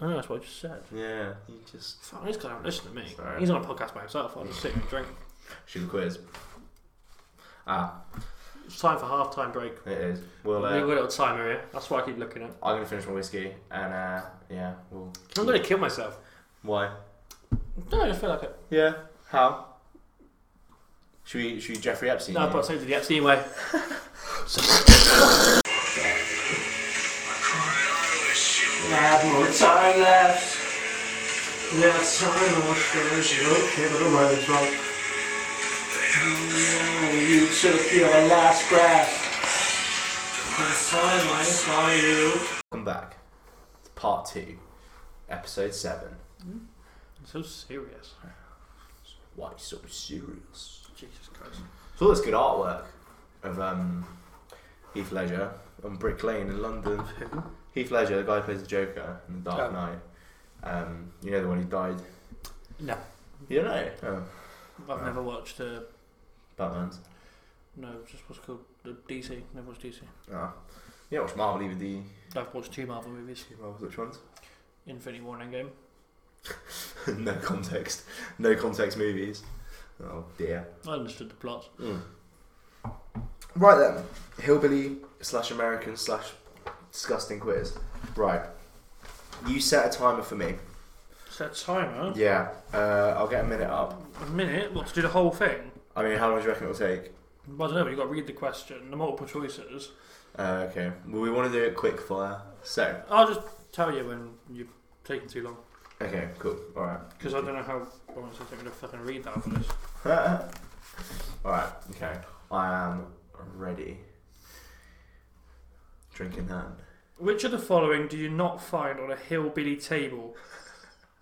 Speaker 1: I know that's what I just said.
Speaker 3: Yeah. You just
Speaker 1: Fuck, this guy don't listen to me.
Speaker 3: Sorry.
Speaker 1: He's on a podcast by himself. I'll just sit and drink.
Speaker 3: shoot the quiz. Ah,
Speaker 1: It's time for half time break.
Speaker 3: it is. We'll.
Speaker 1: We've got a
Speaker 3: Uh,
Speaker 1: little timer here. That's what I keep looking at.
Speaker 3: I'm gonna finish my whiskey and uh, yeah. We'll.
Speaker 1: I'm going to kill myself.
Speaker 3: Why?
Speaker 1: No, I just feel like it.
Speaker 3: Yeah. How? Should we? Should we Jeffrey Epstein?
Speaker 1: No,
Speaker 3: you?
Speaker 1: but I'll say to the Epstein way.
Speaker 2: Have more time left. Yes, I know what feels you okay, but I'm ready for You took your last breath. Last time I saw you.
Speaker 3: Welcome back. It's part two, episode seven.
Speaker 1: so serious.
Speaker 3: Why so serious?
Speaker 1: Jesus Christ.
Speaker 3: So all this good artwork of um, Heath Ledger on Brick Lane in London. Heath Ledger, the guy who plays the Joker in The
Speaker 1: Oh.
Speaker 3: Dark Knight. Um, you know the one who died.
Speaker 1: No,
Speaker 3: You don't know? Oh,
Speaker 1: I've never watched. Uh,
Speaker 3: Batman's.
Speaker 1: no, just what's it called the DC. Never watched DC.
Speaker 3: Oh. You don't watch Marvel either, do you?
Speaker 1: I've watched two Marvel movies:
Speaker 3: Marvels, which ones?
Speaker 1: Infinity War and Endgame.
Speaker 3: [laughs] no context. No context movies. Oh dear.
Speaker 1: I understood the plot.
Speaker 3: Mm. Right then, hillbilly slash American slash disgusting quiz. Right, you set a timer for me.
Speaker 1: Set timer.
Speaker 3: Yeah, uh, I'll get a minute up.
Speaker 1: A minute. What to do the whole thing?
Speaker 3: I mean, how long do you reckon it'll take?
Speaker 1: Well, I don't know. You've got to read the question, the multiple choices.
Speaker 3: Uh, okay, well, we want to do it quick fire. So,
Speaker 1: I'll just tell you when you've taken too long
Speaker 3: okay, cool, [laughs] alright.
Speaker 1: because I don't know how. Honestly, I'm gonna fucking read that for this.
Speaker 3: Alright, okay. I am ready. Drink in hand.
Speaker 1: Which of the following do you not find on a hillbilly table?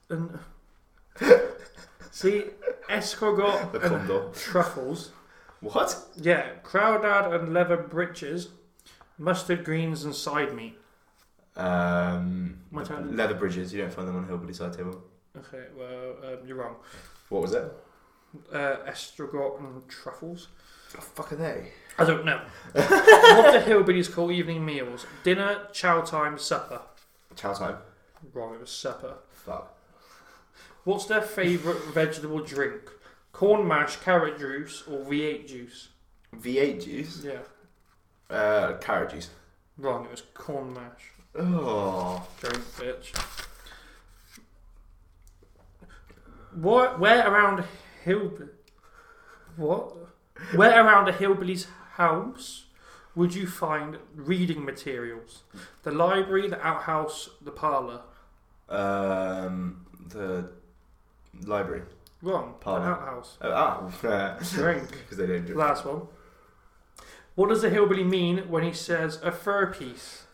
Speaker 1: And [laughs] see, escargot
Speaker 3: [laughs] The
Speaker 1: and
Speaker 3: condor.
Speaker 1: truffles.
Speaker 3: What?
Speaker 1: Yeah, crowdad and leather breeches, mustard greens and side meat.
Speaker 3: Um,
Speaker 1: What's
Speaker 3: the-
Speaker 1: that?
Speaker 3: leather bridges. You don't find them on a hillbilly side table.
Speaker 1: Okay, well um, you're wrong.
Speaker 3: What was it?
Speaker 1: Uh, escargot and truffles.
Speaker 3: The Oh, fuck are they?
Speaker 1: I don't know. what do hillbillies call evening meals? Dinner, chow time, supper.
Speaker 3: Chow time.
Speaker 1: Wrong, it was supper.
Speaker 3: Fuck.
Speaker 1: What's their favourite vegetable drink? Corn mash, carrot juice, or V8 juice?
Speaker 3: V8 juice.
Speaker 1: Yeah.
Speaker 3: Uh, carrot juice.
Speaker 1: Wrong, it was corn mash.
Speaker 3: Oh.
Speaker 1: Joke, bitch. What? Where around hill? What? Where around a hillbilly's house would you find reading materials? The library, the outhouse, the parlour.
Speaker 3: Oh, Um, the library.
Speaker 1: Wrong.
Speaker 3: Parlour.
Speaker 1: The outhouse.
Speaker 3: Oh, ah, [laughs]
Speaker 1: Drink.
Speaker 3: because they don't drink.
Speaker 1: Last one. What does the hillbilly mean when he says a fur piece,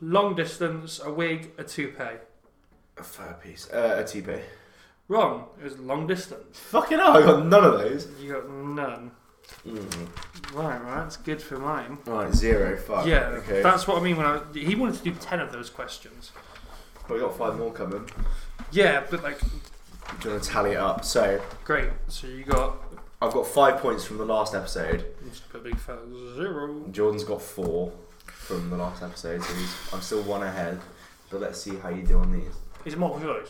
Speaker 1: long distance, a wig, a toupee?
Speaker 3: A fur piece. Uh, a teepee.
Speaker 1: Wrong. It was long distance.
Speaker 3: Fucking hell, I got none of those.
Speaker 1: You got none.
Speaker 3: Mm.
Speaker 1: Right, right, that's good for mine.
Speaker 3: Right, zero. Fuck.
Speaker 1: yeah,
Speaker 3: Okay.
Speaker 1: that's what I mean when I he wanted to do ten of those questions.
Speaker 3: But we got five more coming.
Speaker 1: Yeah, but like
Speaker 3: Do you want to tally it up? So
Speaker 1: great. So you got
Speaker 3: I've got five points from the last episode.
Speaker 1: let's put a big fat zero.
Speaker 3: Jordan's got four from the last episode, so he's, I'm still one ahead. But let's see how you do on these.
Speaker 1: Is it multiple choice?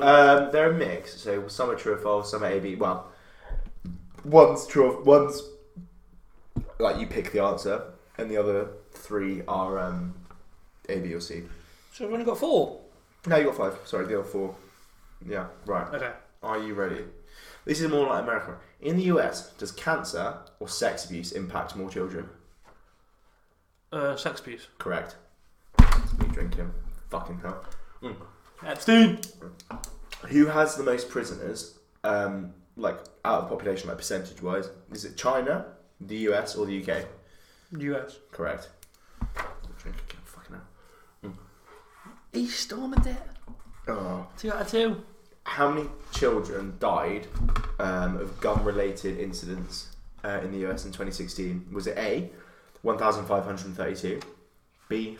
Speaker 3: Um, they're a mix, so some are true or false, some are AB. Well, one's true, or, one's like you pick the answer, and the other three are um, A, B, or C.
Speaker 1: So we've only got four.
Speaker 3: No, you got five. Sorry, the other four. Yeah, right.
Speaker 1: Okay.
Speaker 3: Are you ready? This is more like America. In the US, does cancer or sex abuse impact more children?
Speaker 1: Uh, sex piece.
Speaker 3: Correct. Me drinking. Fucking hell.
Speaker 1: Epstein.
Speaker 3: Who has the most prisoners, um, like out of population, like percentage wise? Is it China, the US, or the UK?
Speaker 1: U.S.
Speaker 3: Correct. Drink again. Fucking hell.
Speaker 1: He stormed it.
Speaker 3: Oh.
Speaker 1: Two out of two.
Speaker 3: How many children died um, of gun related incidents uh, in the US in 2016? Was it A, 1,532, B,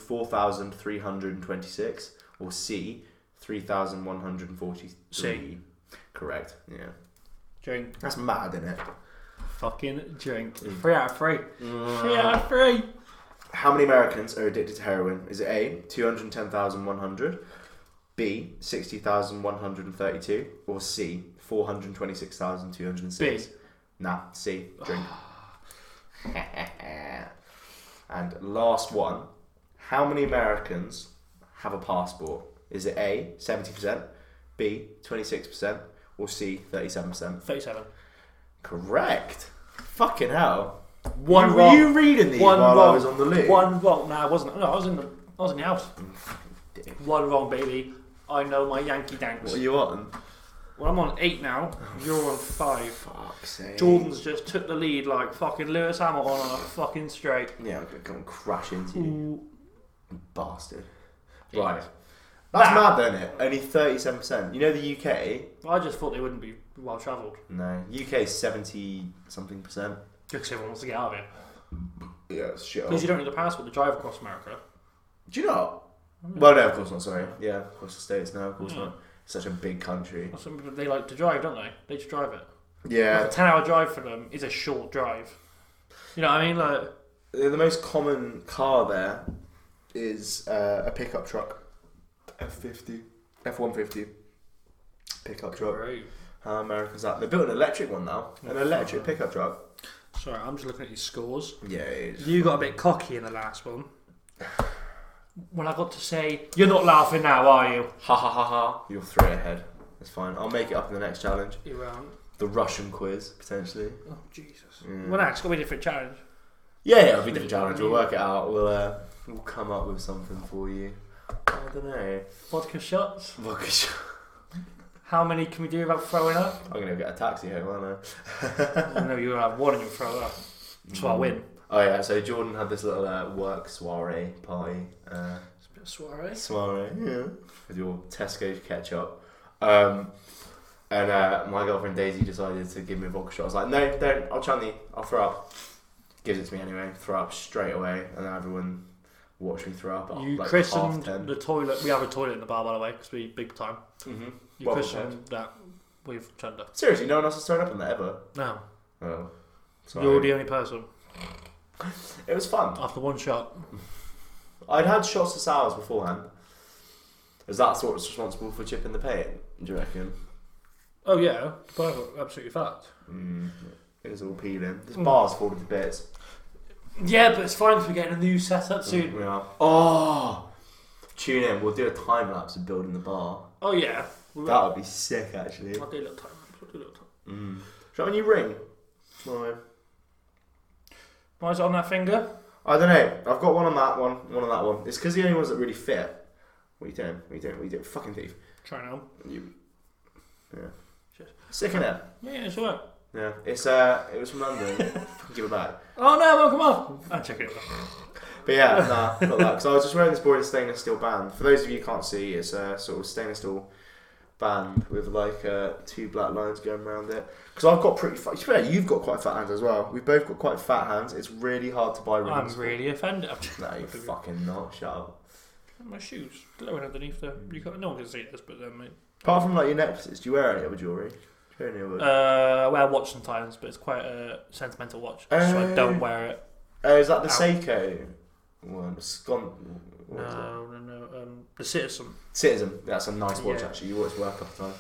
Speaker 3: 4,326, or C, 3,143?
Speaker 1: C.
Speaker 3: Correct, yeah.
Speaker 1: Drink.
Speaker 3: That's mad, isn't it?
Speaker 1: Fucking drink. Three out of three. Three out of three.
Speaker 3: How many Americans are addicted to heroin? Is it A, 210,100, B, 60,132, or C, 426,206?
Speaker 1: B.
Speaker 3: Nah, C, drink. [laughs] and last one. How many Americans have a passport? Is it A, 70%, B, 26%, or C, 37%?
Speaker 1: Thirty-seven.
Speaker 3: Correct. Fucking hell.
Speaker 1: One
Speaker 3: were
Speaker 1: wrong.
Speaker 3: you reading these
Speaker 1: One
Speaker 3: while
Speaker 1: wrong.
Speaker 3: I was on the loo?
Speaker 1: One wrong. No, I wasn't. No, I was in the. I was in the house.
Speaker 3: dick.
Speaker 1: One wrong, baby. I know my Yankee danks.
Speaker 3: What are you Oh. on?
Speaker 1: Well, I'm on eight now. You're on five.
Speaker 3: Fuck's sake.
Speaker 1: Jordan's just took the lead like fucking Lewis Hamilton on a fucking straight.
Speaker 3: Yeah, I'm gonna come and crash into you,
Speaker 1: Ooh.
Speaker 3: bastard.
Speaker 1: Yeah.
Speaker 3: Right. That's
Speaker 1: That-
Speaker 3: mad, isn't it? Only 37%. You know the UK?
Speaker 1: I just thought they wouldn't be well travelled.
Speaker 3: No. UK is 70 something percent.
Speaker 1: Just 'cause everyone wants to get out of here.
Speaker 3: Yeah, it's shit.
Speaker 1: Because you don't need a passport to drive across America.
Speaker 3: Do you not? Well, no, of course not, sorry. Mm. Yeah, of course the States, no, of course
Speaker 1: Yeah.
Speaker 3: not. Such a big country.
Speaker 1: Well, Some people, they like to drive, don't they? They just drive it. Like
Speaker 3: Yeah.
Speaker 1: a 10 hour drive for them is a short drive. You know what I mean? Like,
Speaker 3: The the most common car there is uh, a pickup truck. F50. F150. Pickup truck.
Speaker 1: great.
Speaker 3: Oh, How Americans that? They built an electric one now. An electric pickup truck.
Speaker 1: Sorry, I'm just looking at his scores.
Speaker 3: Yeah, it is.
Speaker 1: You got a bit cocky in the last one. When I got to say, you're not laughing now, are you?
Speaker 3: Ha ha ha ha. You're three ahead. That's fine. I'll make it up in the next challenge.
Speaker 1: You won't.
Speaker 3: The Russian quiz, potentially.
Speaker 1: Oh, Jesus.
Speaker 3: Mm.
Speaker 1: Well, that's got to be a different challenge.
Speaker 3: Yeah, yeah, it'll be a different challenge. We'll work it out. We'll uh, we'll come up with something for you. I don't know.
Speaker 1: Vodka shots.
Speaker 3: Vodka shot.
Speaker 1: How many can we do without throwing up?
Speaker 3: [laughs] I'm gonna get a taxi home, aren't
Speaker 1: I know you have one and you throw up. So I win.
Speaker 3: I? Oh yeah. So Jordan had this little uh, work soiree party. Uh,
Speaker 1: It's a bit of soiree.
Speaker 3: soiree. Yeah. With your Tesco ketchup. Um, and uh, my girlfriend Daisy decided to give me a vodka shot. I was like, no, don't. I'll chunny. I'll throw up. Gives it to me anyway. Throw up straight away, and then everyone watched me throw up.
Speaker 1: You
Speaker 3: at, Oh, like, half
Speaker 1: christened
Speaker 3: 10.
Speaker 1: the toilet. We have a toilet in the bar, by the way, because we big time.
Speaker 3: hmm
Speaker 1: You
Speaker 3: Well
Speaker 1: christened that with gender.
Speaker 3: Seriously, no one else has thrown up on that ever.
Speaker 1: No,
Speaker 3: Oh,
Speaker 1: you're
Speaker 3: sorry.
Speaker 1: the only person.
Speaker 3: It was fun.
Speaker 1: After one shot,
Speaker 3: I'd had shots of sours beforehand. Is that what was responsible for chipping the paint? Do you reckon?
Speaker 1: oh yeah, perfect, absolutely fucked.
Speaker 3: Mm. It was all peeling. This
Speaker 1: Mm.
Speaker 3: bar's falling to bits.
Speaker 1: Yeah, but it's fine if we're getting a new setup soon.
Speaker 3: We are. Oh! Tune in. We'll do a time lapse of building the bar.
Speaker 1: Oh yeah, we will.
Speaker 3: That would be sick, actually.
Speaker 1: I'll do a little time. lapse, I'll do a little time.
Speaker 3: Mm. Shall I when you ring? No.
Speaker 1: Why is it on that finger?
Speaker 3: I don't know. I've got one on that one, one on that one. It's because the only ones that really fit. What are you doing? What are you doing? What are you doing? Fucking thief.
Speaker 1: Try now.
Speaker 3: You. Yeah.
Speaker 1: Shit.
Speaker 3: Sick in it.
Speaker 1: Yeah, it's alright.
Speaker 3: Yeah. It's uh. It was from [laughs] London. Fucking Give it back.
Speaker 1: Oh no, it won't come off. I'm checking it. out.
Speaker 3: But yeah, nah, not that. Because I was just wearing this boring stainless steel band. For those of you who can't see, it's a sort of stainless steel band with like uh, two black lines going around it. Because I've got pretty fat. Yeah, you've got quite fat hands as well. We've both got quite fat hands. It's really hard to buy
Speaker 1: I'm
Speaker 3: rings.
Speaker 1: really offended.
Speaker 3: No,
Speaker 1: [laughs]
Speaker 3: you fucking not. Shut up.
Speaker 1: My shoes glowing underneath the.
Speaker 3: Mm.
Speaker 1: You got no one can see this, but then mate.
Speaker 3: Apart from like your necklaces, do you wear any other jewelry? Do you wear any other-
Speaker 1: Uh, I wear a watch sometimes, but it's quite a sentimental watch, so I
Speaker 3: Oh.
Speaker 1: don't wear it.
Speaker 3: Uh, is that the
Speaker 1: ow.
Speaker 3: Seiko one? Scon- what was it?
Speaker 1: No, no, no. Um, the Citizen.
Speaker 3: Citizen. That's a nice watch
Speaker 1: Yeah.
Speaker 3: actually. You watch work off time.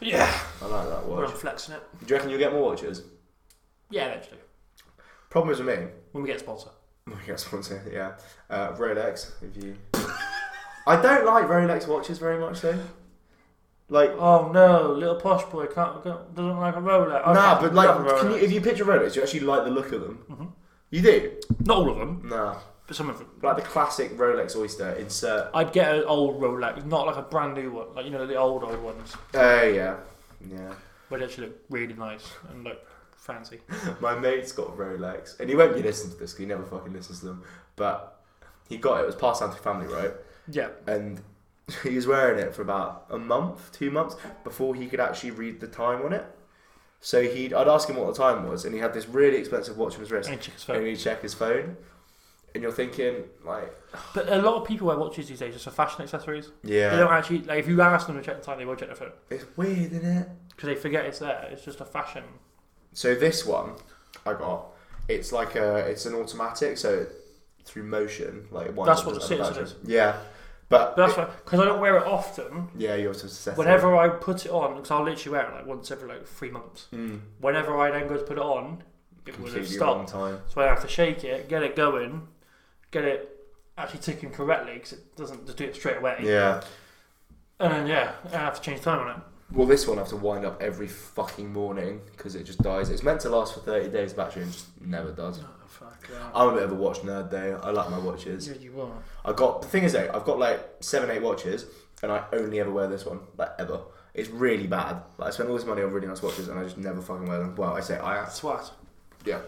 Speaker 1: Yeah.
Speaker 3: I like that
Speaker 1: When
Speaker 3: watch.
Speaker 1: I'm flexing it.
Speaker 3: Do you reckon you'll get more watches?
Speaker 1: Yeah, eventually.
Speaker 3: Problem is with me.
Speaker 1: When we get a sponsor.
Speaker 3: [laughs] I guess sponsor, yeah. Uh, Rolex, if you. I don't like Rolex watches very much though. Like,
Speaker 1: Oh no, little posh boy can't can't- doesn't like a Rolex. I
Speaker 3: nah,
Speaker 1: can't-
Speaker 3: but like,
Speaker 1: love a
Speaker 3: can you,
Speaker 1: Rolex.
Speaker 3: if you picture Rolex, you actually like the look of them.
Speaker 1: Mhm.
Speaker 3: You do?
Speaker 1: not all of them,
Speaker 3: Nah.
Speaker 1: but some of them.
Speaker 3: Like the classic Rolex Oyster insert.
Speaker 1: I'd get an old Rolex, not like a brand new one, like you know the old old ones,
Speaker 3: Oh, yeah. Yeah. [laughs]
Speaker 1: where they actually look really nice and like fancy.
Speaker 3: My mate's got a Rolex, and he won't be listening to this 'cause he never fucking listens to them, but he got it. It was passed down to family, right?
Speaker 1: Yeah,
Speaker 3: and [laughs] he was wearing it for about a month, two months before he could actually read the time on it. So he'd, I'd ask him what the time was, and he had this really expensive watch on his wrist,
Speaker 1: and check his
Speaker 3: and
Speaker 1: phone.
Speaker 3: he'd check his phone. And you're thinking, like,
Speaker 1: But a lot of people wear watches these days just for fashion accessories. They
Speaker 3: yeah,
Speaker 1: don't actually like if you ask them to check the time, they will check their phone
Speaker 3: it's weird, isn't it?
Speaker 1: because they forget it's there. It's just a fashion.
Speaker 3: So this one I got, it's like a, it's an automatic, so through motion, like it winds
Speaker 1: That's
Speaker 3: up
Speaker 1: what
Speaker 3: as
Speaker 1: the
Speaker 3: a
Speaker 1: Citizen
Speaker 3: battery. Yeah, but,
Speaker 1: But that's why, because I don't wear it often.
Speaker 3: yeah, you're supposed to set it.
Speaker 1: Whenever I put it on, because I'll literally wear it like once every like three months.
Speaker 3: Mm,
Speaker 1: Whenever I then go to put it on, it will
Speaker 3: completely
Speaker 1: have
Speaker 3: wrong
Speaker 1: stopped.
Speaker 3: time.
Speaker 1: So I have to shake it, get it going, get it actually ticking correctly because it doesn't just do it straight away.
Speaker 3: Yeah.
Speaker 1: And then yeah, I have to change time on it.
Speaker 3: Well, this one I have to wind up every fucking morning because it just dies. It's meant to last for 30 days battery and just never does.
Speaker 1: Oh, fuck that.
Speaker 3: I'm a bit of a watch nerd though. I like my watches.
Speaker 1: yeah, you are.
Speaker 3: I got the thing is though, I've got like seven, eight watches, and I only ever wear this one, like ever. It's really bad. Like I spend all this money on really nice watches, and I just never fucking wear them. Well, I say I
Speaker 1: That's what.
Speaker 3: yeah.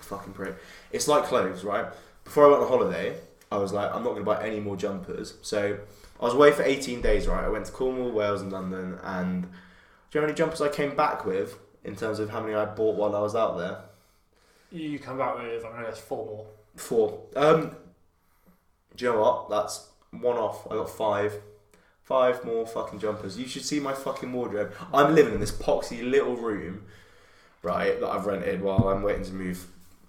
Speaker 3: Fucking prick. It's like clothes, right? Before I went on holiday, I was like, I'm not going to buy any more jumpers. So I was away for 18 days, right? I went to Cornwall, Wales, and London. And do you know how many jumpers I came back with in terms of how many I bought while I was out there?
Speaker 1: You come back with I'm gonna guess four more.
Speaker 3: Four. Um, do you know what? That's one off. I got five. Five more fucking jumpers. You should see my fucking wardrobe. I'm living in this poxy little room, right, that I've rented while I'm waiting to move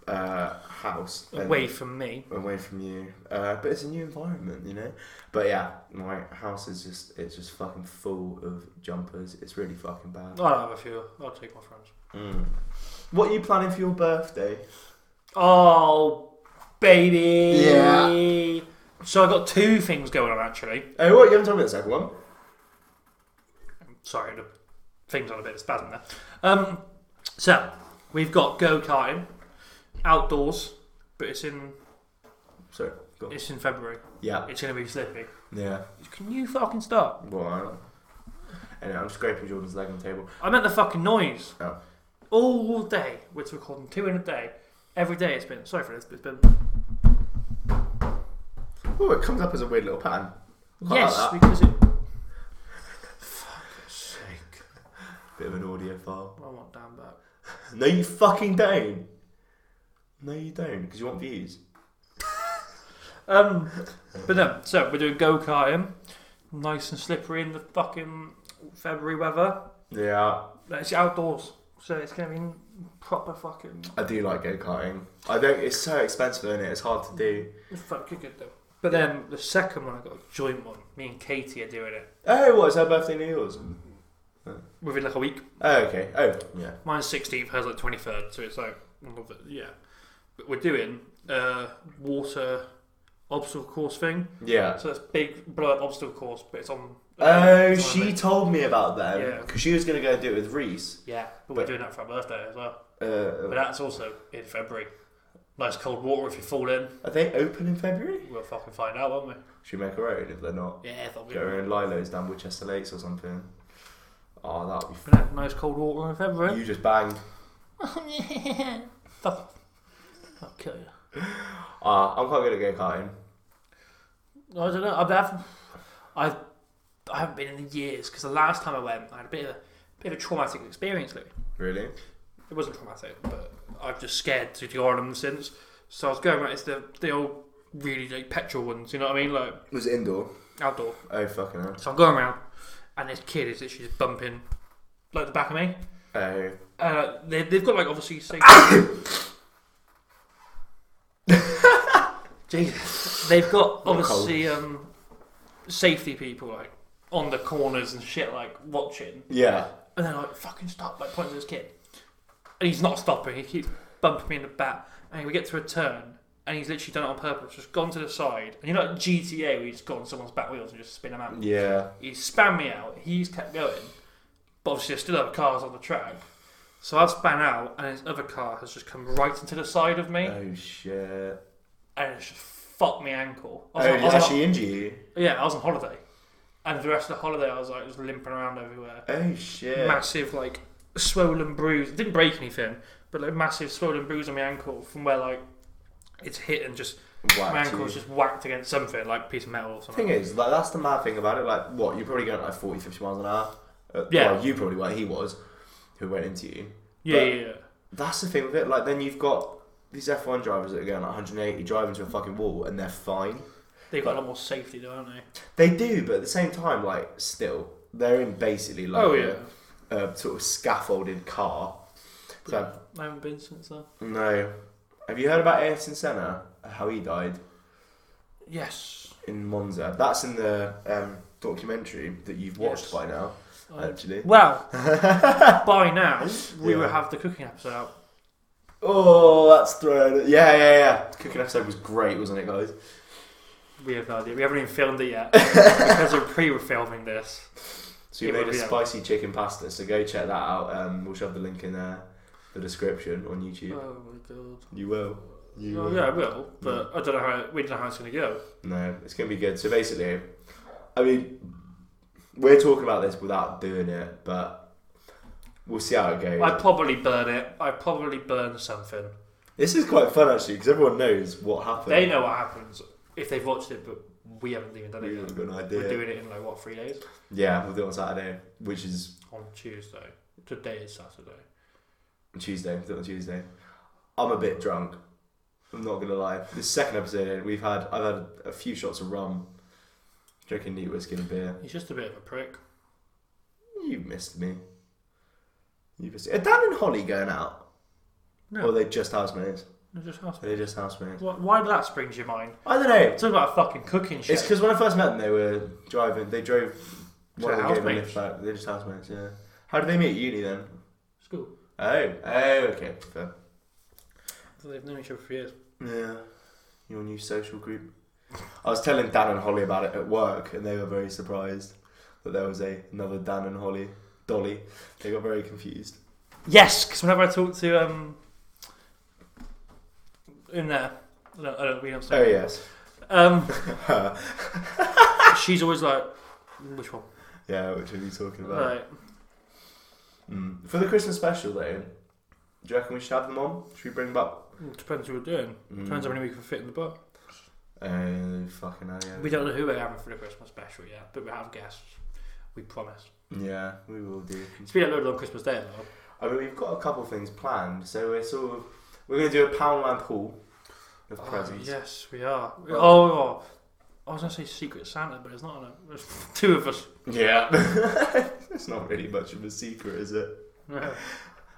Speaker 3: uh, house. and-
Speaker 1: away from me.
Speaker 3: away from you. Uh, but it's a new environment, you know. But yeah, my house is just it's just fucking full of jumpers. It's really fucking bad.
Speaker 1: I'll have a few. I'll take my friends.
Speaker 3: Mm. What are you planning for your birthday?
Speaker 1: Oh, baby. So I got two things going on actually.
Speaker 3: Oh, what you haven't told me the second one.
Speaker 1: Sorry, the things on a bit of a spasm there. Um, so we've got go karting outdoors, but it's in
Speaker 3: Sorry. Go. on.
Speaker 1: it's in February.
Speaker 3: Yeah.
Speaker 1: It's gonna be slippy.
Speaker 3: Yeah.
Speaker 1: Can you fucking stop?
Speaker 3: Well, I don't. Anyway, I'm scraping Jordan's leg on the table.
Speaker 1: I meant the fucking noise.
Speaker 3: Oh.
Speaker 1: All day, we're recording two in a day. Every day it's been. Sorry for this, but it's been.
Speaker 3: Oh, it comes up as a weird little pattern. Quite like
Speaker 1: yes,
Speaker 3: that.
Speaker 1: because it.
Speaker 3: Shake. Bit of an audio file.
Speaker 1: I want Dan back.
Speaker 3: No, you fucking don't. No, you don't, because you want views.
Speaker 1: Um, but no, so we're doing go karting. Nice and slippery in the fucking February weather.
Speaker 3: Yeah.
Speaker 1: It's outdoors, so it's gonna be proper fucking.
Speaker 3: I do like go karting. I don't. It's so expensive, isn't it? It's hard to do.
Speaker 1: It's fucking good though. But then the second one, I got a joint one. Me and Katie are doing it
Speaker 3: Oh, what is her birthday? New Year's.
Speaker 1: within like a week.
Speaker 3: Oh, okay. Oh, yeah.
Speaker 1: Mine's 16th, hers like 23rd, so it's like, yeah. But we're doing a water obstacle course thing.
Speaker 3: Yeah.
Speaker 1: So it's big blow up obstacle course, but it's on. uh,
Speaker 3: Oh,
Speaker 1: it's on a
Speaker 3: she
Speaker 1: bit-
Speaker 3: told me about them.
Speaker 1: Yeah.
Speaker 3: Because she was gonna go and do it with Reese.
Speaker 1: yeah, but
Speaker 3: but-
Speaker 1: we're doing that for our birthday as well. But
Speaker 3: Uh,
Speaker 1: that's also in February. Nice cold water if you fall in.
Speaker 3: are they open in February?
Speaker 1: We'll fucking find out, won't
Speaker 3: Should we make her own if they're not?
Speaker 1: we? Yeah, that'll be
Speaker 3: Get her own Lilo's down Winchester Lakes or something. Oh, that'd be.
Speaker 1: But nice cold water in February. [laughs]
Speaker 3: F- you just banged.
Speaker 1: Fuck. I'll kill you.
Speaker 3: Ah, I'm quite good at go karting.
Speaker 1: I don't know. I've, I've, I've I haven't been in years because the last time I went, I had a bit of a bit of a traumatic experience. Louis.
Speaker 3: Really?
Speaker 1: It wasn't traumatic, but I've just scared to go on them since. So I was going right. It's the the old really like petrol ones. You know what I mean? Like
Speaker 3: Was it indoor?
Speaker 1: outdoor.
Speaker 3: Oh fucking hell.
Speaker 1: So I'm going around, and this kid is literally just bumping like the back of me.
Speaker 3: Oh.
Speaker 1: Uh, they, they've got like obviously safety. Jesus, they've got
Speaker 3: Not
Speaker 1: obviously um, safety people like on the corners and shit, like watching,
Speaker 3: Yeah.
Speaker 1: and they're like fucking stop, like pointing to this kid, and he's not stopping. He keeps bumping me in the back, and we get to a turn, and he's literally done it on purpose, just gone to the side, and you know, like GTA, where you just go on someone's back wheels and just spin them out.
Speaker 3: Yeah.
Speaker 1: He spanned me out. He's kept going, but obviously I still have cars on the track. So I've span out, and his other car has just come right into the side of me,
Speaker 3: Oh shit.
Speaker 1: and it's just fucked my ankle. I
Speaker 3: Oh,
Speaker 1: was on- I was on-
Speaker 3: actually injure you.
Speaker 1: yeah, I was on holiday, and the rest of the holiday I was like just limping around everywhere.
Speaker 3: Oh shit.
Speaker 1: Massive like swollen bruise. It didn't break anything, but like massive swollen bruise on my ankle from where like it's hit and just my
Speaker 3: Whacked
Speaker 1: ankle's
Speaker 3: you.
Speaker 1: just whacked against something like a piece of metal or something.
Speaker 3: Thing is, like, that's the mad thing about it. Like, what you're probably going like 40, 50 miles an hour. Uh,
Speaker 1: Yeah.
Speaker 3: well, you probably were. He was, who went into you.
Speaker 1: yeah,
Speaker 3: but-
Speaker 1: yeah, yeah.
Speaker 3: That's the thing with it. Like, then you've got these F1 drivers that are going like 180, driving to a fucking wall, and they're fine.
Speaker 1: They've got a lot more safety though, haven't they?
Speaker 3: They do, but at the same time, like, still, they're in basically like
Speaker 1: oh yeah.
Speaker 3: a, a sort of scaffolded car. So,
Speaker 1: I haven't been since then.
Speaker 3: no. Have you heard about Ayrton Senna? How he died
Speaker 1: Yes.
Speaker 3: in Monza? That's in the um, documentary that you've watched
Speaker 1: Yes.
Speaker 3: by now,
Speaker 1: I- [laughs]
Speaker 3: actually. [laughs]
Speaker 1: well, by now we
Speaker 3: Uh, Yeah.
Speaker 1: will have the cooking episode out.
Speaker 3: Oh, that's thrown. it. Yeah, yeah, yeah. Cooking episode was great, wasn't it, guys?
Speaker 1: We have no idea. We haven't even filmed it
Speaker 3: [laughs]
Speaker 1: yet because we're pre-filming this.
Speaker 3: So we
Speaker 1: Yeah,
Speaker 3: made a
Speaker 1: we'll be out.
Speaker 3: spicy chicken pasta. So go check that out. Um, we'll shove the link in uh, the description on YouTube.
Speaker 1: Oh my god.
Speaker 3: You will. You
Speaker 1: Well,
Speaker 3: will.
Speaker 1: yeah, I will, but I don't know how we don't know how it's going to go.
Speaker 3: No, it's gonna be good. So basically, I mean, we're talking about this without doing it, but we'll see how it goes.
Speaker 1: I probably burn it. I probably burn something.
Speaker 3: This is quite fun actually because everyone knows what happened.
Speaker 1: They know what happens if they've watched it, but we haven't even done it
Speaker 3: We
Speaker 1: yet.
Speaker 3: haven't got an idea.
Speaker 1: We're doing it in like what three days?
Speaker 3: Yeah, we'll do it on Saturday, which is
Speaker 1: On Tuesday. Today is Saturday.
Speaker 3: Tuesday. We'll do it on Tuesday. I'm a bit drunk. I'm not gonna lie. This second episode, in, we've had I've had a few shots of rum, drinking neat whiskey and beer.
Speaker 1: He's just a bit of a prick.
Speaker 3: You missed me. You missed. Are Dan and Holly going out?
Speaker 1: No.
Speaker 3: Or are they just housemates?
Speaker 1: No, just housemates.
Speaker 3: They're just housemates.
Speaker 1: Why, why did that spring to your mind?
Speaker 3: I don't know.
Speaker 1: Talking about fucking cooking shit.
Speaker 3: It's because when I first met them, they were driving. They drove.
Speaker 1: So
Speaker 3: One of
Speaker 1: they're
Speaker 3: them gave me a
Speaker 1: housemates?
Speaker 3: lift back. They're just housemates. Yeah. How did they meet at uni then?
Speaker 1: School.
Speaker 3: Oh. Oh. Okay. Fair.
Speaker 1: So they've known each other for years.
Speaker 3: Yeah. Your new social group. I was telling Dan and Holly about it at work, and they were very surprised that there was a, another Dan and Holly. Dolly. They got very confused.
Speaker 1: Yes, because whenever I talk to um, in there, I don't, I don't mean I'm
Speaker 3: Oh
Speaker 1: sorry.
Speaker 3: yes. Oh,
Speaker 1: Um,
Speaker 3: Her. [laughs]
Speaker 1: she's always like, which one?
Speaker 3: yeah. Which are you talking about?
Speaker 1: Like,
Speaker 3: Mm. For the Christmas special though, do you reckon we should have them on? Should we bring them up?
Speaker 1: depends who we're doing. Depends how many we can fit in the book.
Speaker 3: Oh fucking hell! Yeah.
Speaker 1: We don't know who we're having for the Christmas special yet, but we have guests. We promise.
Speaker 3: Yeah, we will do.
Speaker 1: It's been a load on Christmas Day though.
Speaker 3: I mean, we've got a couple things planned, so we're sort of we're going to do a Poundland haul
Speaker 1: Oh,
Speaker 3: of presents.
Speaker 1: yes, we are. Oh, oh, I was gonna say Secret Santa, but it's not. On a, there's [laughs] two of us.
Speaker 3: Yeah, [laughs] it's not really much of a secret, is it?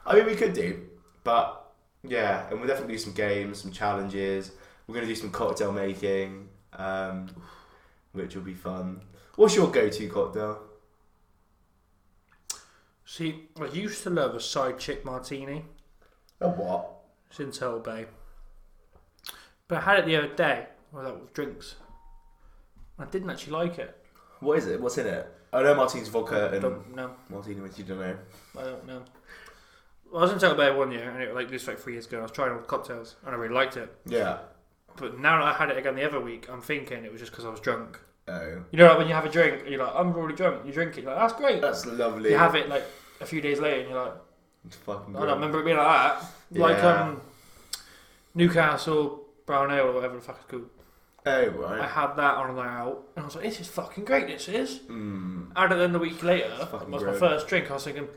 Speaker 3: I mean, we could do, but yeah, and we'll definitely do some games, some challenges. We're going to do some cocktail making, um, which will be fun. What's your go-to cocktail?
Speaker 1: See, I used to love a side chick martini.
Speaker 3: A what?
Speaker 1: since Hell Bay. But I had it the other day, well, that was drinks. I didn't actually like it.
Speaker 3: What is it? What's in it? I know Martine's vodka
Speaker 1: I
Speaker 3: and
Speaker 1: don't know.
Speaker 3: Martini with you don't know.
Speaker 1: I don't know. Well, I was in Hell Bay one year, and it was like this was like three years ago. and I was trying all the cocktails, and I really liked it.
Speaker 3: Yeah.
Speaker 1: But now that I had it again the other week, I'm thinking it was just because I was drunk.
Speaker 3: Oh,
Speaker 1: You know, like when you have a drink, and you're like, I'm already drunk. You drink it, you're like that's great.
Speaker 3: that's lovely.
Speaker 1: You have it like a few days later, and you're like,
Speaker 3: It's fucking
Speaker 1: I
Speaker 3: good.
Speaker 1: don't remember it being like that. Like
Speaker 3: Yeah.
Speaker 1: um, Newcastle brown ale or whatever the fuck it's called.
Speaker 3: Oh
Speaker 1: I
Speaker 3: right.
Speaker 1: had that on an out, and I was like, this is fucking great, this is.
Speaker 3: Mm.
Speaker 1: And then the week later,
Speaker 3: It's
Speaker 1: that
Speaker 3: fucking
Speaker 1: was my
Speaker 3: great.
Speaker 1: first drink, I was thinking,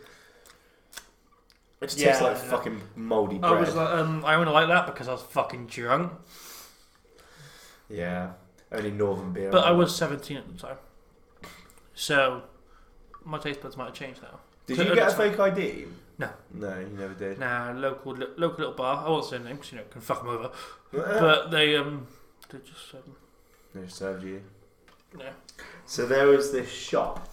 Speaker 3: It just
Speaker 1: Yeah,
Speaker 3: tastes like
Speaker 1: yeah.
Speaker 3: fucking mouldy bread.
Speaker 1: I was like, um, I only like that because I was fucking drunk.
Speaker 3: yeah, only northern beer.
Speaker 1: But I was 17 at the time. So, my taste buds might have changed now.
Speaker 3: Did
Speaker 1: So
Speaker 3: you
Speaker 1: at
Speaker 3: get a
Speaker 1: the time-
Speaker 3: fake ID?
Speaker 1: No.
Speaker 3: No, you never did.
Speaker 1: Nah, local li- local little bar, I won't say names, you know, can fuck them over. But they, um, they just, um,
Speaker 3: They served you.
Speaker 1: yeah.
Speaker 3: So there was this shop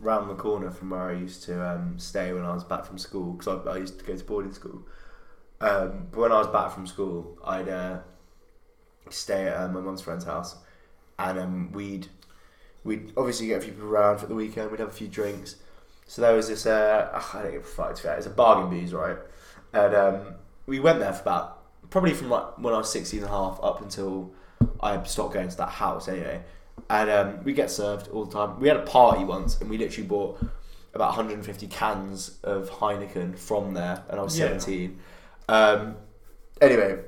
Speaker 3: round the corner from where I used to um, stay when I was back from school because I, I used to go to boarding school. Um, but when I was back from school, I'd uh, stay at uh, my mum's friend's house, and um, we'd we'd obviously get a few people around for the weekend. We'd have a few drinks. So there was this uh, ugh, I don't give a fuck to be fair. It's a bargain booze, right? And um, we went there for about probably from like when I was 16 and a half up until I stopped going to that house anyway. And um, we get served all the time. We had a party once, and we literally bought about 150 cans of Heineken from there, and I was
Speaker 1: Yeah.
Speaker 3: 17. Um, anyway,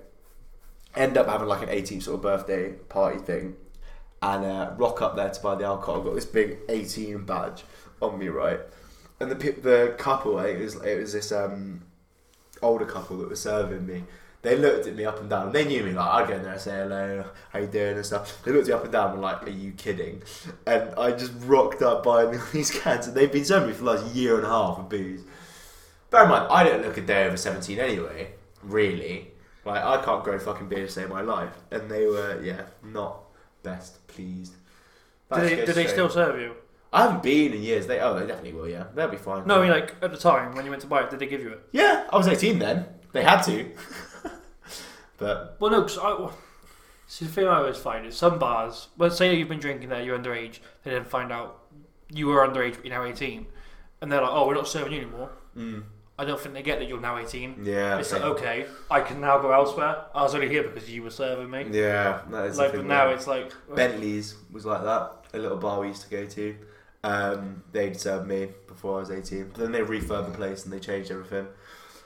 Speaker 3: end up having like an 18th sort of birthday party thing, and uh, rock up there to buy the alcohol. I've got this big 18 badge on me, right? And the pe- the couple, eh, it was it was this um, older couple that was serving me. They looked at me up and down. and They knew me. Like I'd go in there and say hello, how you doing and stuff. They looked me up and down and were like, "Are you kidding?" And I just rocked up buying all [laughs] these cans, and they've been serving me for the last year and a half of booze. Bear in mind, I don't look a day over seventeen anyway. Really, like I can't grow fucking beard to save my life. And they were, yeah, not best pleased. That
Speaker 1: Do they,
Speaker 3: just
Speaker 1: do they
Speaker 3: goes to show.
Speaker 1: still serve you?
Speaker 3: I haven't been in years. They oh, they definitely will. Yeah, they'll be fine.
Speaker 1: No, I mean, like, at the time, when you went to buy it, did they give you it?
Speaker 3: yeah, I was eighteen then. They
Speaker 1: [laughs]
Speaker 3: had to. but
Speaker 1: Well, no, because I. See, the thing I always find is some bars, well, say you've been drinking there, you're underage, they then find out you were underage, but you're now 18. And they're like, oh, we're not serving you anymore.
Speaker 3: mm,
Speaker 1: I don't think they get that you're now 18.
Speaker 3: yeah,
Speaker 1: It's like, okay, I can now go elsewhere. I was only here because you were serving me.
Speaker 3: Yeah, that is the
Speaker 1: like,
Speaker 3: thing,
Speaker 1: but now
Speaker 3: yeah.
Speaker 1: it's like,
Speaker 3: Bentley's was like that. A little bar we used to go to. Um, they'd served me before I was eighteen. But then they refurbed the place and they changed everything.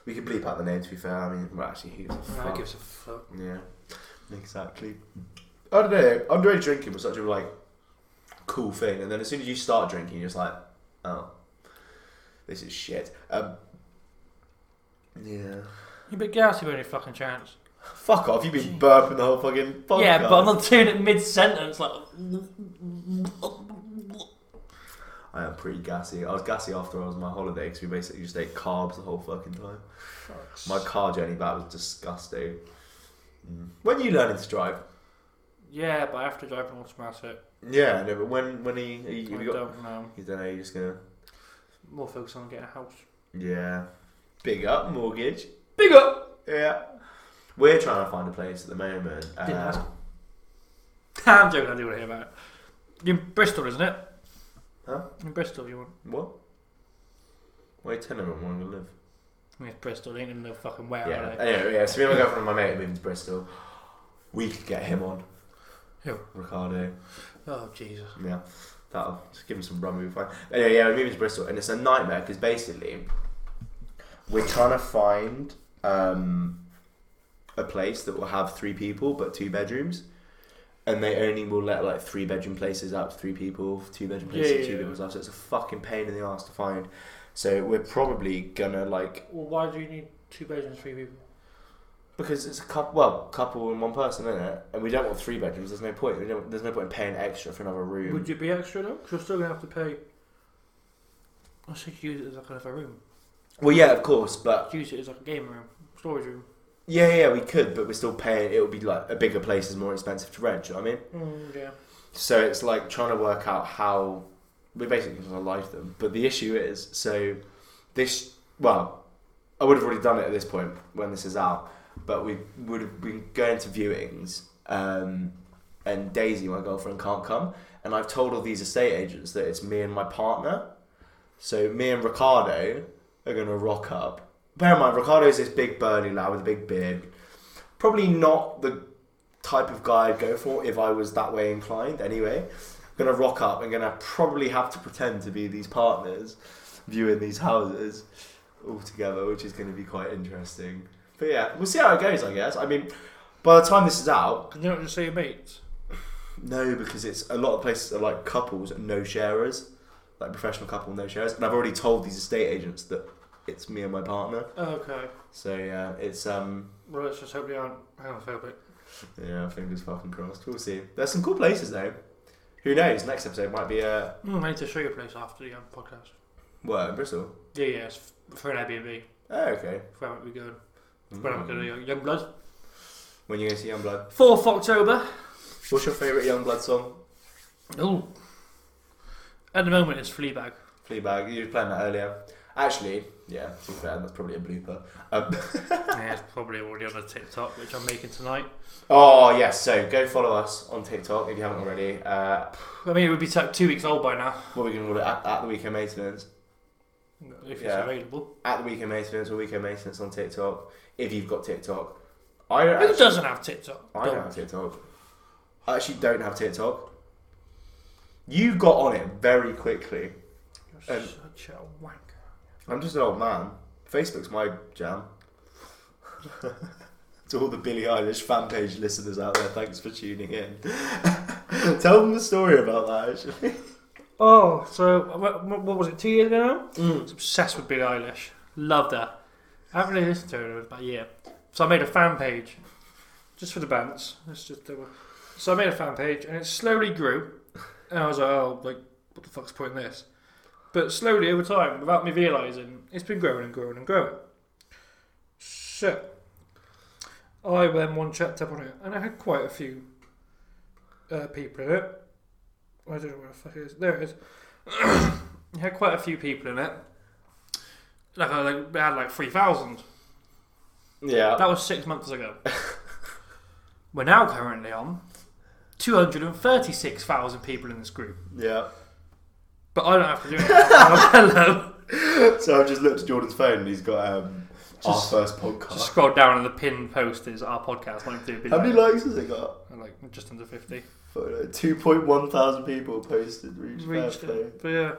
Speaker 3: We could bleep out the name to be fair. I mean, well, actually, who's
Speaker 1: no, it gives a fuck.
Speaker 3: Yeah, exactly. I don't know. Underage drinking was such a like cool thing, and then as soon as you start drinking, you're just like, oh, this is shit. Um, yeah.
Speaker 1: You're a bit gassy with any fucking chance.
Speaker 3: Fuck off! You've been burping the whole fucking podcast.
Speaker 1: yeah, but I'm not doing it mid sentence. Like,
Speaker 3: I am pretty gassy. I was gassy after I was on my holiday because we basically just ate carbs the whole fucking time. My car journey back was disgusting. Mm. When you learning to drive?
Speaker 1: Yeah, but I have to drive an automatic.
Speaker 3: Yeah, no, but when when are you, are you, have
Speaker 1: I
Speaker 3: you got?
Speaker 1: don't know.
Speaker 3: You don't know. You're just gonna.
Speaker 1: More focus on getting a house.
Speaker 3: Yeah. Big up mortgage.
Speaker 1: Big up!
Speaker 3: Yeah. We're trying to find a place at the moment.
Speaker 1: Didn't ask.
Speaker 3: Uh,
Speaker 1: [laughs] I'm joking, I do want to hear about it. You're in Bristol, isn't it?
Speaker 3: Huh?
Speaker 1: In Bristol, you want.
Speaker 3: what? Why tenement where I'm gonna live?
Speaker 1: I mean, it's Bristol, they ain't in no fucking way,
Speaker 3: yeah.
Speaker 1: are they?
Speaker 3: Anyway, yeah. So me and my girlfriend and my mate are moving to Bristol. We could get him on.
Speaker 1: Who?
Speaker 3: Ricardo.
Speaker 1: Oh, Jesus.
Speaker 3: Yeah. That'll just give him some rum. We'll be fine. Anyway, yeah, we're moving to Bristol, and it's a nightmare because basically we're trying to find um, a place that will have three people but two bedrooms. And they only will let like three bedroom places out to three people, two bedroom places,
Speaker 1: Yeah, yeah,
Speaker 3: two
Speaker 1: yeah.
Speaker 3: people's out. So it's a fucking pain in the ass to find. So we're probably gonna like
Speaker 1: Well, why do you need two bedrooms, three people?
Speaker 3: because it's a couple, well, couple and one person in it, and we don't want three bedrooms. There's no point. We don't, there's no point in paying extra for another room.
Speaker 1: Would you be extra though? Because you're still going to have to pay. I should use it as like another room.
Speaker 3: Well, yeah, of course, but
Speaker 1: Use it as like a game room, storage room.
Speaker 3: Yeah, yeah, we could, but we're still paying. It would be like a bigger place is more expensive to rent. Do you know what I mean?
Speaker 1: Mm, yeah.
Speaker 3: So it's like trying to work out how we're basically going to live them. But the issue is, so this well, I would have already done it at this point when this is out, but we would have been going to viewings, um, and Daisy, my girlfriend, can't come, and I've told all these estate agents that it's me and my partner. So me and Ricardo are going to rock up. Bear in mind, Ricardo's this big burly lad with a big beard. Probably not the type of guy I'd go for if I was that way inclined anyway. I'm gonna rock up and gonna probably have to pretend to be these partners viewing these houses all together, which is gonna be quite interesting. But yeah, we'll see how it goes, I guess. I mean, by the time this is out,
Speaker 1: Can you not just say your mates?
Speaker 3: no, because it's a lot of places are like couples, and no sharers, like professional couple, no sharers. And I've already told these estate agents that it's me and my partner.
Speaker 1: Okay.
Speaker 3: So yeah, it's um,
Speaker 1: Well, let's just hope they aren't homophobic.
Speaker 3: yeah, fingers fucking crossed. We'll see. There's some cool places though. Who knows? Next episode might be a
Speaker 1: Mm, I need to show you a place after the um, podcast.
Speaker 3: What, in Bristol?
Speaker 1: Yeah, yeah, it's f- for an Airbnb.
Speaker 3: Oh, okay.
Speaker 1: Where might we going? Where might
Speaker 3: Mm.
Speaker 1: we going? Young Blood.
Speaker 3: When you go see Youngblood.
Speaker 1: 4th October.
Speaker 3: What's your favourite Youngblood song?
Speaker 1: Oh. At the moment, it's Fleabag.
Speaker 3: Fleabag. You were playing that earlier. Actually, yeah, to be fair, that's probably a blooper. Um,
Speaker 1: yeah, it's probably already on the TikTok, which I'm making tonight.
Speaker 3: oh, yes, so go follow us on TikTok if you haven't already. Uh,
Speaker 1: I mean, it would be t- two weeks old by now,
Speaker 3: what are we going to call it? At, at the Weekend Maintenance.
Speaker 1: if
Speaker 3: Yeah.
Speaker 1: it's available.
Speaker 3: At the Weekend Maintenance or Weekend Maintenance on TikTok if you've got TikTok. I don't,
Speaker 1: Who
Speaker 3: actually,
Speaker 1: doesn't have TikTok?
Speaker 3: I don't have TikTok. I actually don't have TikTok. You got on it very quickly.
Speaker 1: You're
Speaker 3: Um,
Speaker 1: such a wanker.
Speaker 3: I'm just an old man. Facebook's my jam. [laughs] to all the Billie Eilish fan page listeners out there, thanks for tuning in. [laughs] Tell them the story about that, actually.
Speaker 1: Oh, so what, what was it? Two years ago now? I was obsessed with Billie Eilish. Loved her. I haven't really listened to her in about a year. So I made a fan page, just for the bands. That's just the- so I made a fan page, and it slowly grew. And I was like, oh, like what the fuck's the point in this? But slowly over time, without me realizing, it's been growing and growing and growing. So I then one checked up on it, and I had quite a few uh, people in it. I don't know where the fuck it is. There it is. [coughs] it had quite a few people in it. Like, I like it had like 3,000.
Speaker 3: Yeah.
Speaker 1: That was six months
Speaker 3: [laughs]
Speaker 1: ago. We're now currently on 236,000 people in this group.
Speaker 3: Yeah.
Speaker 1: But I don't have to
Speaker 3: [laughs]
Speaker 1: do it. Hello.
Speaker 3: So I've just looked at Jordan's phone and he's got um,
Speaker 1: Just-
Speaker 3: our first podcast.
Speaker 1: Just scroll down and the pinned post is our podcast. Like, do a
Speaker 3: How
Speaker 1: video.
Speaker 3: many likes has it got?
Speaker 1: like just under 50.
Speaker 3: Two point one thousand people posted reached,
Speaker 1: reached
Speaker 3: fair play.
Speaker 1: it. But yeah.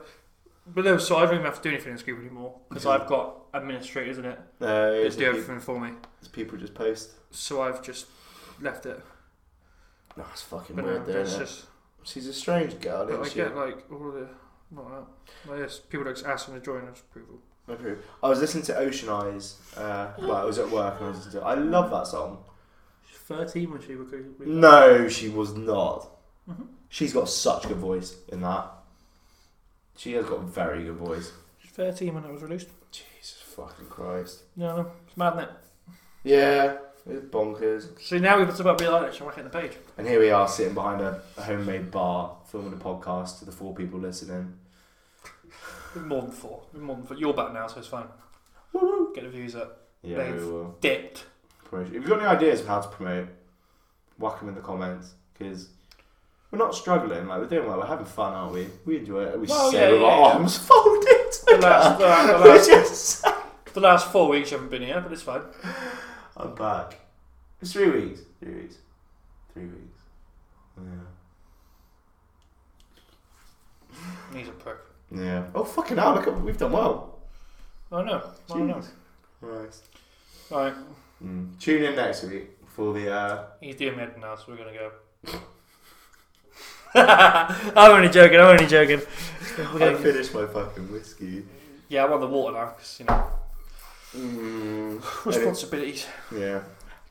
Speaker 1: But no, so I don't even have to do anything in this group anymore because I've got administrators in it.
Speaker 3: No,
Speaker 1: They
Speaker 3: it's
Speaker 1: do
Speaker 3: people,
Speaker 1: everything for me.
Speaker 3: it's people just post.
Speaker 1: So I've just left it.
Speaker 3: No, it's fucking
Speaker 1: But no,
Speaker 3: weird, though,
Speaker 1: it's
Speaker 3: isn't it?
Speaker 1: just.
Speaker 3: She's a strange girl,
Speaker 1: But
Speaker 3: isn't
Speaker 1: I
Speaker 3: she?
Speaker 1: get like all the not that. Like this, people like asking to join us approval.
Speaker 3: Okay. I was listening to Ocean Eyes. Uh, well, I was at work and I was listening to. It. I love that song.
Speaker 1: She's thirteen when she recruited.
Speaker 3: No, she was not.
Speaker 1: Mhm.
Speaker 3: She's got such a good voice in that. She has got a very good voice.
Speaker 1: She's thirteen when it was released.
Speaker 3: Jesus fucking Christ.
Speaker 1: No, no, it's mad, is
Speaker 3: Yeah. It's bonkers.
Speaker 1: So now it's about real life action. We're hitting the page.
Speaker 3: And here we are sitting behind a, a homemade bar, filming a podcast to the four people listening.
Speaker 1: More than four. More than four. You're back now, so it's fine. Get the views up.
Speaker 3: Yeah,
Speaker 1: Thanks.
Speaker 3: we will.
Speaker 1: Dipped.
Speaker 3: Promotion. If you've got any ideas of how to promote, whack them in the comments because we're not struggling. Like we're doing well. We're having fun, aren't we? We enjoy it. We
Speaker 1: Well,
Speaker 3: sit
Speaker 1: yeah,
Speaker 3: with
Speaker 1: yeah,
Speaker 3: our
Speaker 1: yeah.
Speaker 3: arms [laughs] folded.
Speaker 1: The last, the, last, the,
Speaker 3: We're
Speaker 1: last,
Speaker 3: just-
Speaker 1: the last four weeks you haven't been here, but it's fine.
Speaker 3: [laughs] I'm back. It's three weeks. Three weeks. Three weeks. Yeah.
Speaker 1: He's a prick.
Speaker 3: Yeah. Oh fucking hell! Look, at- we've done well.
Speaker 1: I know. I know.
Speaker 3: Jeez. Nice.
Speaker 1: All right.
Speaker 3: Mm. Tune in next week for the. Uh,
Speaker 1: He's doing med now, so we're gonna go. [laughs] I'm only joking. I'm only joking. [laughs] We're
Speaker 3: I
Speaker 1: gonna-
Speaker 3: finished my fucking whiskey.
Speaker 1: yeah, I want the water now because you know
Speaker 3: Mm.
Speaker 1: responsibilities.
Speaker 3: Yeah.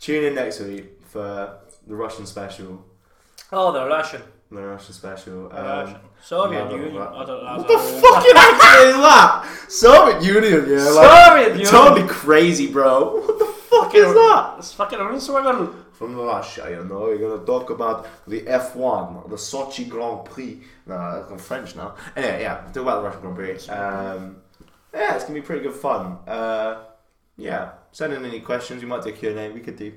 Speaker 3: Tune in next week for the Russian special.
Speaker 1: Oh, they're Russian.
Speaker 3: The Russian special.
Speaker 1: They're
Speaker 3: Um,
Speaker 1: Russian. Soviet
Speaker 3: no, no,
Speaker 1: Union.
Speaker 3: no.
Speaker 1: I don't know.
Speaker 3: what the fucking [laughs] accent is that? Soviet Union, yeah. Like,
Speaker 1: Soviet Union.
Speaker 3: Totally crazy, bro. What the fuck is that?
Speaker 1: It's fucking Instagram.
Speaker 3: From Russia, you know. We're gonna talk about the F1, the Sochi Grand Prix. No, I'm French now. Anyway, yeah, talk about the Russian Grand Prix. Um, yeah, it's gonna be pretty good fun. Uh, yeah, send in any questions. We might do a Q&A. We could do.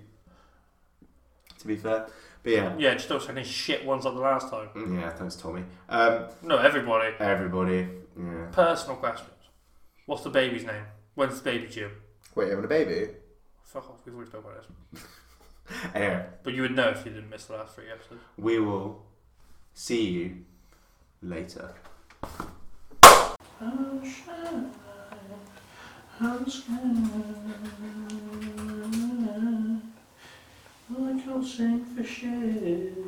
Speaker 3: To be fair, but yeah. Mm,
Speaker 1: Yeah, just don't send any shit ones like the last time.
Speaker 3: Yeah, thanks, Tommy. Um,
Speaker 1: No, everybody.
Speaker 3: everybody. Yeah.
Speaker 1: Personal questions. What's the baby's name? When's the baby due?
Speaker 3: Wait, you're having a baby?
Speaker 1: Fuck off. We've already spoken about this.
Speaker 3: Anyway,
Speaker 1: But you would know if you didn't miss the last three episodes.
Speaker 3: we will see you later.
Speaker 2: I can't sing for shit.